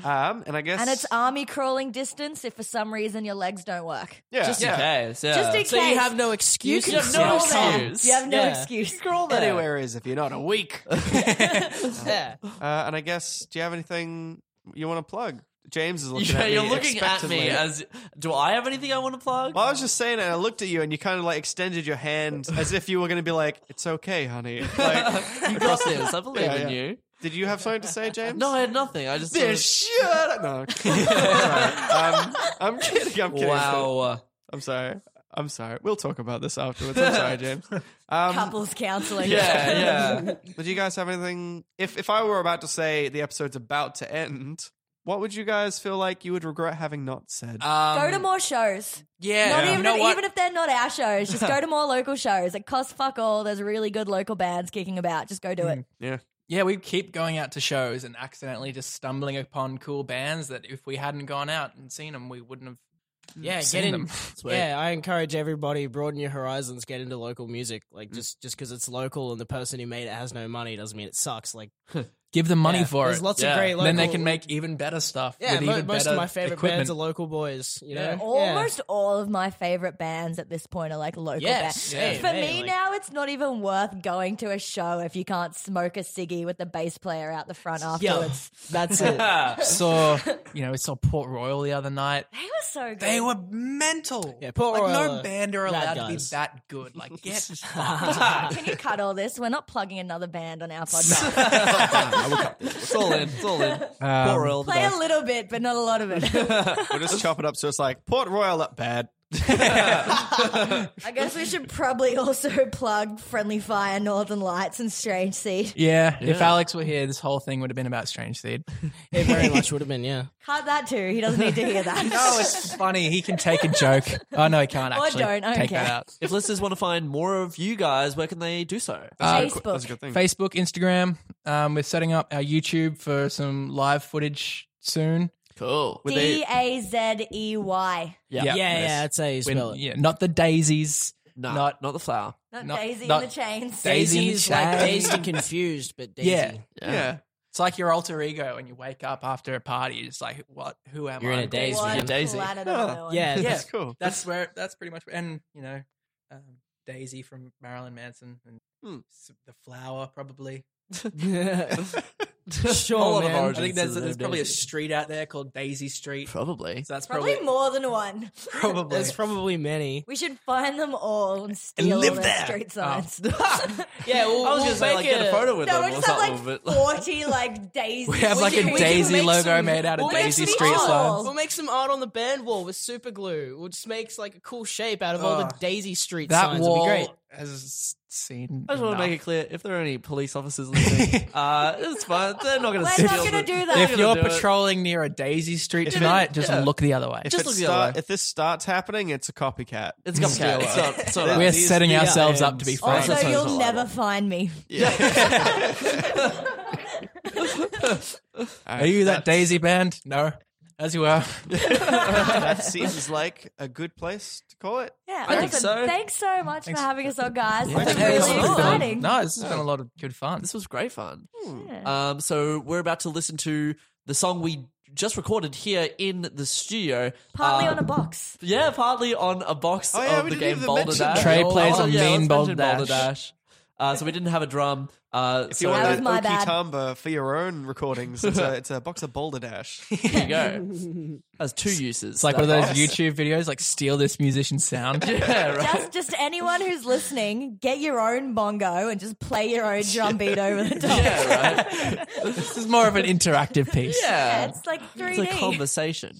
[SPEAKER 4] Um, and I guess
[SPEAKER 3] And it's army crawling distance if for some reason your legs don't work.
[SPEAKER 4] yeah,
[SPEAKER 2] Just
[SPEAKER 4] yeah.
[SPEAKER 2] in case. Yeah.
[SPEAKER 3] Just in
[SPEAKER 5] So
[SPEAKER 3] case.
[SPEAKER 5] you have no
[SPEAKER 3] You
[SPEAKER 5] excuse.
[SPEAKER 3] can
[SPEAKER 2] You have no
[SPEAKER 3] crawl there.
[SPEAKER 2] excuse.
[SPEAKER 3] You have no
[SPEAKER 5] Yeah.
[SPEAKER 3] excuse.
[SPEAKER 4] All that anywhere is if you're not a weak. uh,
[SPEAKER 5] yeah.
[SPEAKER 4] and I guess, do you have anything you want to plug? James is looking
[SPEAKER 2] yeah,
[SPEAKER 4] at me.
[SPEAKER 2] you're looking at me
[SPEAKER 4] expectantly.
[SPEAKER 2] as. Do I have anything I want to plug?
[SPEAKER 4] Well, I was just saying, and I looked at you, and you kind of like extended your hand as if you were going to be like, "It's okay, honey." Like,
[SPEAKER 2] you got this. I believe
[SPEAKER 4] Yeah,
[SPEAKER 2] in
[SPEAKER 4] yeah.
[SPEAKER 2] you.
[SPEAKER 4] did you have something to say, James?
[SPEAKER 2] No, I had nothing. I just. sort of-
[SPEAKER 4] shut up. No, I'm kidding. Sorry. um, I'm kidding. I'm kidding.
[SPEAKER 2] Wow.
[SPEAKER 4] I'm sorry. I'm sorry. We'll talk about this afterwards. I'm sorry, James. Um,
[SPEAKER 3] Couples counseling.
[SPEAKER 2] Yeah, yeah.
[SPEAKER 4] would you guys have anything? If if I were about to say the episode's about to end, what would you guys feel like you would regret having not said?
[SPEAKER 2] Uh,
[SPEAKER 7] Um,
[SPEAKER 3] Go to more shows.
[SPEAKER 7] Yeah,
[SPEAKER 3] Not
[SPEAKER 7] you
[SPEAKER 3] even
[SPEAKER 7] know
[SPEAKER 3] if,
[SPEAKER 7] what?
[SPEAKER 3] even if they're not our shows, just go to more local shows. It costs fuck all. There's really good local bands kicking about. Just go do
[SPEAKER 7] Mm-hmm.
[SPEAKER 3] it.
[SPEAKER 7] yeah, we keep going out to shows and accidentally just stumbling upon cool bands that if we hadn't gone out and seen them, we wouldn't have.
[SPEAKER 5] Yeah,
[SPEAKER 7] seen
[SPEAKER 5] get in.
[SPEAKER 7] them.
[SPEAKER 5] Yeah, I encourage everybody broaden your horizons, get into local music. Like just just because it's local and the person who made it has no money doesn't mean it sucks. Like
[SPEAKER 7] Give them money
[SPEAKER 5] yeah,
[SPEAKER 7] for
[SPEAKER 5] there's
[SPEAKER 7] it.
[SPEAKER 5] lots
[SPEAKER 2] Yeah.
[SPEAKER 5] of great local.
[SPEAKER 7] then they can make even better stuff.
[SPEAKER 5] yeah.
[SPEAKER 7] with
[SPEAKER 5] mo-
[SPEAKER 7] even
[SPEAKER 5] most
[SPEAKER 7] better
[SPEAKER 5] of my favorite
[SPEAKER 7] equipment.
[SPEAKER 5] bands are local boys. You know,
[SPEAKER 7] Yeah.
[SPEAKER 5] Yeah.
[SPEAKER 3] Almost all of my favorite bands at this point are like local
[SPEAKER 5] Yes,
[SPEAKER 3] bands.
[SPEAKER 5] same,
[SPEAKER 3] For
[SPEAKER 5] hey,
[SPEAKER 3] me
[SPEAKER 5] like-
[SPEAKER 3] now, it's not even worth going to a show if you can't smoke a ciggy with the bass player out the front
[SPEAKER 5] Yeah,
[SPEAKER 3] afterwards.
[SPEAKER 5] that's it.
[SPEAKER 7] saw, you know, we saw Port Royal the other night.
[SPEAKER 3] They were so good.
[SPEAKER 7] They were mental.
[SPEAKER 5] Yeah, Port
[SPEAKER 7] like
[SPEAKER 5] Royal
[SPEAKER 7] no
[SPEAKER 5] are
[SPEAKER 7] band are
[SPEAKER 5] rad
[SPEAKER 7] allowed to be
[SPEAKER 5] guys.
[SPEAKER 7] that good. Like get
[SPEAKER 3] Can you cut all this? We're not plugging another band on our podcast.
[SPEAKER 2] It's all in. It's all in. Poor
[SPEAKER 7] Um,
[SPEAKER 2] Earl.
[SPEAKER 3] Play a little bit, but not a lot of it.
[SPEAKER 4] we'll just chop it up so it's like Port Royal up bad.
[SPEAKER 3] I guess we should probably also plug Friendly Fire, Northern Lights, and Strange Seed.
[SPEAKER 7] Yeah, if Alex were here, this whole thing would have been about Strange Seed.
[SPEAKER 5] It very much would have been. Yeah,
[SPEAKER 3] Cut that too. He doesn't need to hear that.
[SPEAKER 7] no, it's funny. He can take a joke. Oh no, he can't
[SPEAKER 3] Or
[SPEAKER 7] actually
[SPEAKER 3] don't, I don't
[SPEAKER 7] take
[SPEAKER 3] care.
[SPEAKER 7] that out.
[SPEAKER 2] If listeners want to find more of you guys, where can they do so?
[SPEAKER 7] Ah,
[SPEAKER 4] That's a
[SPEAKER 3] Facebook.
[SPEAKER 4] good thing.
[SPEAKER 7] Facebook, Instagram. Um, we're setting up our YouTube for some live footage soon.
[SPEAKER 2] Cool.
[SPEAKER 4] Would
[SPEAKER 3] D
[SPEAKER 4] they-
[SPEAKER 3] A Z E Y.
[SPEAKER 7] Yeah,
[SPEAKER 5] yeah,
[SPEAKER 7] nice.
[SPEAKER 5] yeah. That's how you
[SPEAKER 7] When-
[SPEAKER 5] spell it.
[SPEAKER 7] yeah, not the daisies.
[SPEAKER 2] Nah,
[SPEAKER 7] Not-
[SPEAKER 2] not not the flower.
[SPEAKER 3] Not,
[SPEAKER 7] Not-
[SPEAKER 3] Daisy
[SPEAKER 7] not-
[SPEAKER 3] in the Chains.
[SPEAKER 7] Da- Daisy in the
[SPEAKER 5] Daisy's like
[SPEAKER 7] chain.
[SPEAKER 5] Daisy confused, but Daisy.
[SPEAKER 7] Yeah. yeah, Um, It's like your alter ego when you wake up after a party. It's like, what? Who am
[SPEAKER 5] You're
[SPEAKER 7] I?
[SPEAKER 5] in a daze,
[SPEAKER 3] One
[SPEAKER 5] man.
[SPEAKER 2] Daisy.
[SPEAKER 3] planet
[SPEAKER 4] Yeah.
[SPEAKER 3] of no one.
[SPEAKER 5] Yeah,
[SPEAKER 7] Yeah.
[SPEAKER 4] That's cool.
[SPEAKER 7] that's where that's pretty much and you know um, daisy from marilyn manson and
[SPEAKER 4] Hmm.
[SPEAKER 7] s- the flower probably
[SPEAKER 5] Sure,
[SPEAKER 2] A lot of
[SPEAKER 5] man.
[SPEAKER 7] i
[SPEAKER 2] origins
[SPEAKER 7] think there's,
[SPEAKER 2] to the
[SPEAKER 7] there's
[SPEAKER 2] name
[SPEAKER 7] probably a
[SPEAKER 2] Daisy.
[SPEAKER 7] street out there called daisy street so
[SPEAKER 2] Probably.
[SPEAKER 7] that's
[SPEAKER 3] Probably
[SPEAKER 7] probably,
[SPEAKER 3] more than one.
[SPEAKER 7] probably,
[SPEAKER 5] There's probably many.
[SPEAKER 3] We should find them all and steal
[SPEAKER 7] live
[SPEAKER 3] all their
[SPEAKER 7] there.
[SPEAKER 3] street
[SPEAKER 7] Oh.
[SPEAKER 3] signs.
[SPEAKER 5] Yeah, we'll,
[SPEAKER 2] I was
[SPEAKER 5] we'll
[SPEAKER 2] gonna say like
[SPEAKER 5] make
[SPEAKER 2] get a
[SPEAKER 5] it-
[SPEAKER 2] photo with
[SPEAKER 3] No, we
[SPEAKER 2] them or
[SPEAKER 3] just have
[SPEAKER 2] something,
[SPEAKER 3] like
[SPEAKER 2] but
[SPEAKER 3] forty like daisies.
[SPEAKER 7] we have like
[SPEAKER 5] can-
[SPEAKER 7] a
[SPEAKER 5] we can
[SPEAKER 7] daisy
[SPEAKER 5] make
[SPEAKER 7] logo
[SPEAKER 5] some-
[SPEAKER 7] made out of
[SPEAKER 5] we'll make
[SPEAKER 7] daisy
[SPEAKER 5] some
[SPEAKER 7] street
[SPEAKER 5] art.
[SPEAKER 3] art.
[SPEAKER 7] signs
[SPEAKER 5] We'll make some art on the band wall with super glue. We'll just make like a cool shape out of all the
[SPEAKER 7] Ugh.
[SPEAKER 5] Daisy Street
[SPEAKER 7] that
[SPEAKER 5] signs.
[SPEAKER 7] wall
[SPEAKER 5] It'd be great.
[SPEAKER 7] has seen
[SPEAKER 2] I just want to
[SPEAKER 7] enough.
[SPEAKER 2] make it clear if there are any police officers listening, uh, it's fine. They're not going to
[SPEAKER 3] We're
[SPEAKER 2] steal.
[SPEAKER 3] not gonna
[SPEAKER 2] the-
[SPEAKER 3] do that.
[SPEAKER 2] they're
[SPEAKER 7] if
[SPEAKER 2] gonna
[SPEAKER 7] you're
[SPEAKER 2] do it.
[SPEAKER 7] patrolling near a daisy street
[SPEAKER 4] If it-
[SPEAKER 7] tonight just
[SPEAKER 4] yeah.
[SPEAKER 7] look the other way
[SPEAKER 4] If,
[SPEAKER 2] Just
[SPEAKER 4] it
[SPEAKER 2] look the
[SPEAKER 4] start-
[SPEAKER 2] other way.
[SPEAKER 4] if this starts happening, it's a copycat.
[SPEAKER 2] it's going to steal. It's not. It's not
[SPEAKER 7] we're
[SPEAKER 2] us.
[SPEAKER 4] these-
[SPEAKER 7] setting
[SPEAKER 4] these
[SPEAKER 7] ourselves up to be
[SPEAKER 4] bands
[SPEAKER 7] friends
[SPEAKER 2] that's
[SPEAKER 3] So
[SPEAKER 2] what it's
[SPEAKER 3] you'll
[SPEAKER 2] all
[SPEAKER 3] never
[SPEAKER 2] about.
[SPEAKER 3] find me.
[SPEAKER 7] are you that daisy band no as you were
[SPEAKER 4] that seems like a good place to call it.
[SPEAKER 3] Yeah,
[SPEAKER 2] I think
[SPEAKER 3] awesome.
[SPEAKER 2] so.
[SPEAKER 3] Thanks so much for having us on, guys. It's
[SPEAKER 4] Hey,
[SPEAKER 3] been
[SPEAKER 4] this
[SPEAKER 3] really
[SPEAKER 4] has been
[SPEAKER 3] exciting.
[SPEAKER 7] No, this has been a lot of good fun.
[SPEAKER 3] Hmm.
[SPEAKER 2] This was great fun.
[SPEAKER 3] Yeah.
[SPEAKER 2] Um, so we're about to listen to the song we just recorded here in the studio.
[SPEAKER 3] Partly
[SPEAKER 7] Um,
[SPEAKER 2] Uh,
[SPEAKER 3] on a box.
[SPEAKER 2] Yeah, partly on a box
[SPEAKER 4] Oh, yeah,
[SPEAKER 2] of
[SPEAKER 4] we
[SPEAKER 2] the
[SPEAKER 4] didn't
[SPEAKER 2] game
[SPEAKER 4] even
[SPEAKER 2] Boulder
[SPEAKER 4] mention
[SPEAKER 2] Dash.
[SPEAKER 7] Trey plays
[SPEAKER 2] oh,
[SPEAKER 7] a
[SPEAKER 2] yeah,
[SPEAKER 7] mean
[SPEAKER 2] let's
[SPEAKER 7] Boulder
[SPEAKER 2] mention Boulder
[SPEAKER 7] Dash.
[SPEAKER 2] Dash. Uh, so we didn't have a drum. Uh,
[SPEAKER 4] If
[SPEAKER 2] so
[SPEAKER 4] you want
[SPEAKER 3] That
[SPEAKER 4] that
[SPEAKER 3] was my
[SPEAKER 4] Oki
[SPEAKER 3] bad.
[SPEAKER 4] Tamba for your own recordings, it's a, it's a box of Boulder Dash.
[SPEAKER 2] there you go. Has two uses.
[SPEAKER 7] It's like one of those YouTube videos, like steal this musician sound.
[SPEAKER 2] Yeah, right.
[SPEAKER 3] Just, just anyone who's listening, get your own bongo and just play your own drum beat over the top.
[SPEAKER 2] Yeah, right.
[SPEAKER 7] this is more of an interactive piece.
[SPEAKER 3] Yeah,
[SPEAKER 2] Yeah.
[SPEAKER 3] it's like 3D.
[SPEAKER 2] It's a conversation.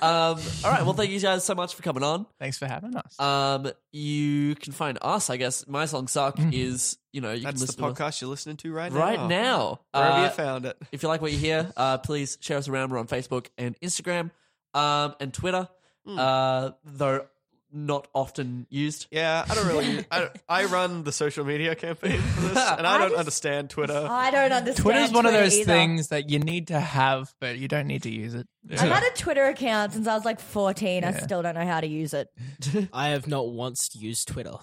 [SPEAKER 2] um, all right. Well, thank you guys so much for coming on.
[SPEAKER 7] Thanks for having us.
[SPEAKER 2] Um, you can find us, I guess. My song suck
[SPEAKER 7] Mm.
[SPEAKER 2] is, you know, you
[SPEAKER 4] That's
[SPEAKER 2] can
[SPEAKER 4] the
[SPEAKER 2] listen to us
[SPEAKER 4] podcast you're listening to right now.
[SPEAKER 2] right now.
[SPEAKER 4] Wherever
[SPEAKER 2] Uh,
[SPEAKER 4] you found it.
[SPEAKER 2] if you like what you hear, uh, please share us around. We're on Facebook and Instagram, um, and Twitter, uh, though not often used.
[SPEAKER 4] Hmm. Yeah, I don't really. I, I run the social media campaign for this, and I
[SPEAKER 3] I
[SPEAKER 4] don't
[SPEAKER 3] just-
[SPEAKER 4] understand Twitter.
[SPEAKER 3] I don't understand.
[SPEAKER 7] Twitter's one of
[SPEAKER 3] Twitter
[SPEAKER 7] those
[SPEAKER 3] either.
[SPEAKER 7] things that you need to have, but you don't need to use it.
[SPEAKER 3] I've had a Twitter account since I was like 14. I still don't know how to use it.
[SPEAKER 5] I have not once used Twitter.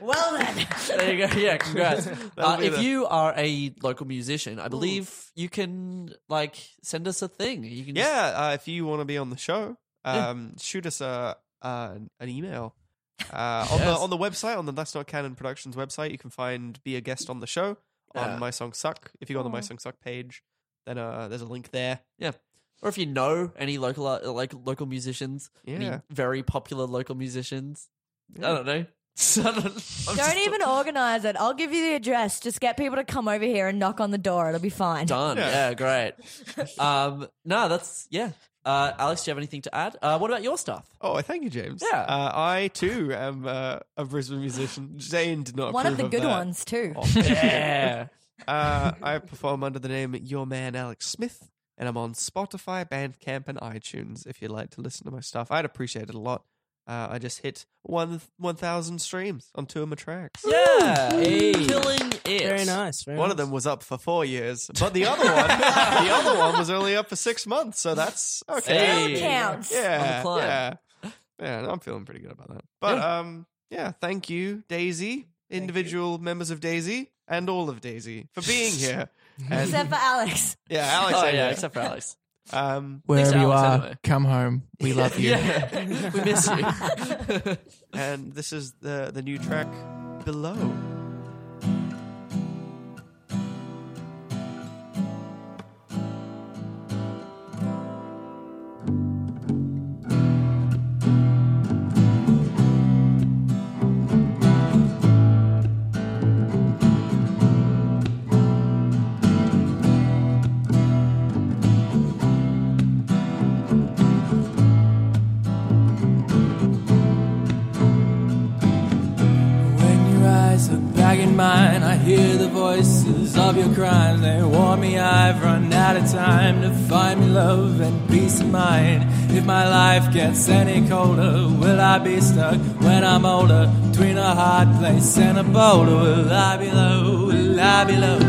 [SPEAKER 3] Well then,
[SPEAKER 2] There you go. Yeah, congrats. uh,
[SPEAKER 4] be
[SPEAKER 2] if
[SPEAKER 4] the-
[SPEAKER 2] you are a local musician, I believe you can like send us a thing. You can just-
[SPEAKER 4] Yeah, uh, if you want to be on the show, um, shoot us a, uh, an email. Uh, on, the,
[SPEAKER 2] Yes.
[SPEAKER 4] on the website, on the That's Not Canon Productions website, you can find Be a Guest on the Show
[SPEAKER 2] Yeah.
[SPEAKER 4] on My Song Suck. If you go on the My Song Suck page, then uh, there's a link there.
[SPEAKER 2] Yeah. Or if you know any local uh, like local musicians, any
[SPEAKER 4] Yeah.
[SPEAKER 2] very popular local musicians, I don't know. I don't, I'm just-
[SPEAKER 3] don't even organize it. I'll give you the address. Just get people to come over here and knock on the door. It'll be fine.
[SPEAKER 2] done. Yeah, great. Um, no, that's yeah. Uh, Alex, do you have anything to add? Uh, what about your stuff?
[SPEAKER 4] Oh, thank you, James.
[SPEAKER 2] Yeah.
[SPEAKER 4] Uh, I too am uh, a Brisbane musician. Zane did not
[SPEAKER 3] One of
[SPEAKER 4] approve
[SPEAKER 3] the good
[SPEAKER 4] that.
[SPEAKER 3] ones too.
[SPEAKER 2] Yeah,
[SPEAKER 4] uh, I perform under the name Your Man Alex Smith, and I'm on Spotify, Bandcamp, and iTunes. If you'd like to listen to my stuff, I'd appreciate it a lot. Uh, I just hit one one thousand streams on two of my tracks.
[SPEAKER 2] yeah,
[SPEAKER 5] Hey.
[SPEAKER 2] Uh, killing it.
[SPEAKER 5] Very nice. Very
[SPEAKER 4] One of
[SPEAKER 5] nice.
[SPEAKER 4] them was up for four years, but the other one, the other one was only up for six months. So that's okay.
[SPEAKER 2] Hey.
[SPEAKER 3] Still counts.
[SPEAKER 2] On the
[SPEAKER 4] Yeah,
[SPEAKER 2] climb.
[SPEAKER 4] yeah, yeah. and I'm feeling pretty good about that. But um, yeah. Thank you, Daisy, individual members of Daisy, and all of Daisy for being here. And-
[SPEAKER 3] Except for Alex.
[SPEAKER 4] Yeah, Alex. uh,
[SPEAKER 2] Oh
[SPEAKER 4] ain't
[SPEAKER 2] yeah,
[SPEAKER 4] it.
[SPEAKER 2] except for Alex.
[SPEAKER 4] Um,
[SPEAKER 7] Wherever you
[SPEAKER 2] Alex,
[SPEAKER 7] are,
[SPEAKER 2] anyway.
[SPEAKER 7] come home. We love you.
[SPEAKER 2] Yeah, we miss you.
[SPEAKER 4] and this is the the new track below.
[SPEAKER 7] When your eyes look back in mine, I hear the voices of your crimes. They warn me I've run out of time to find me love and peace of mind. If my life gets any colder, will I be stuck when I'm older? Between a hard place and a boulder, will I be low? Will I be low?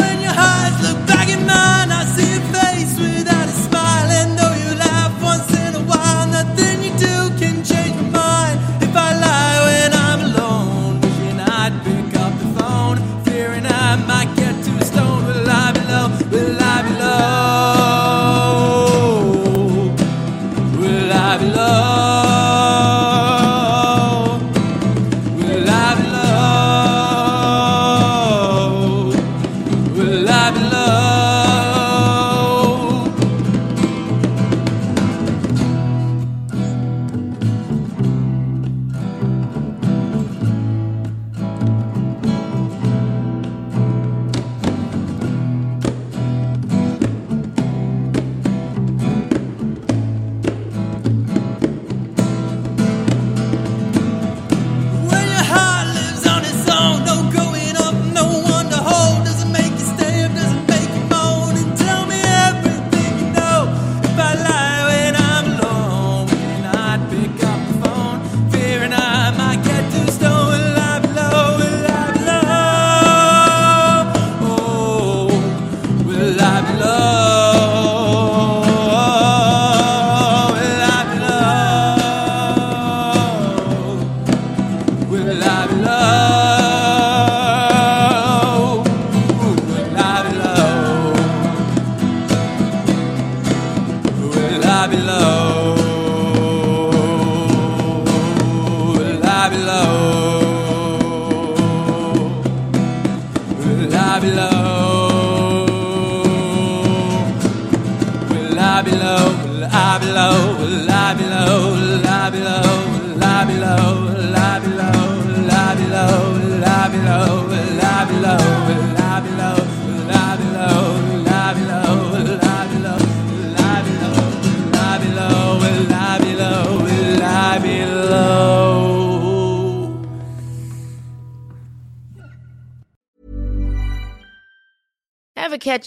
[SPEAKER 7] When your eyes look back in mine, I see a face without a smile. And though you laugh once in a while, nothing you do can change my mind. If I lie when I'm alone, wishing I
[SPEAKER 2] I be low? Will I be low? Will I be low? Will I be low? Will I be low? Will I be low? Will I be low? Will I be low? Will I be low? Will I be low? Will I be low? Will I be low? Will I be low? Will I be low? Will I be low? Will I be low? Will I be low? Will I be low?
[SPEAKER 7] Ever catch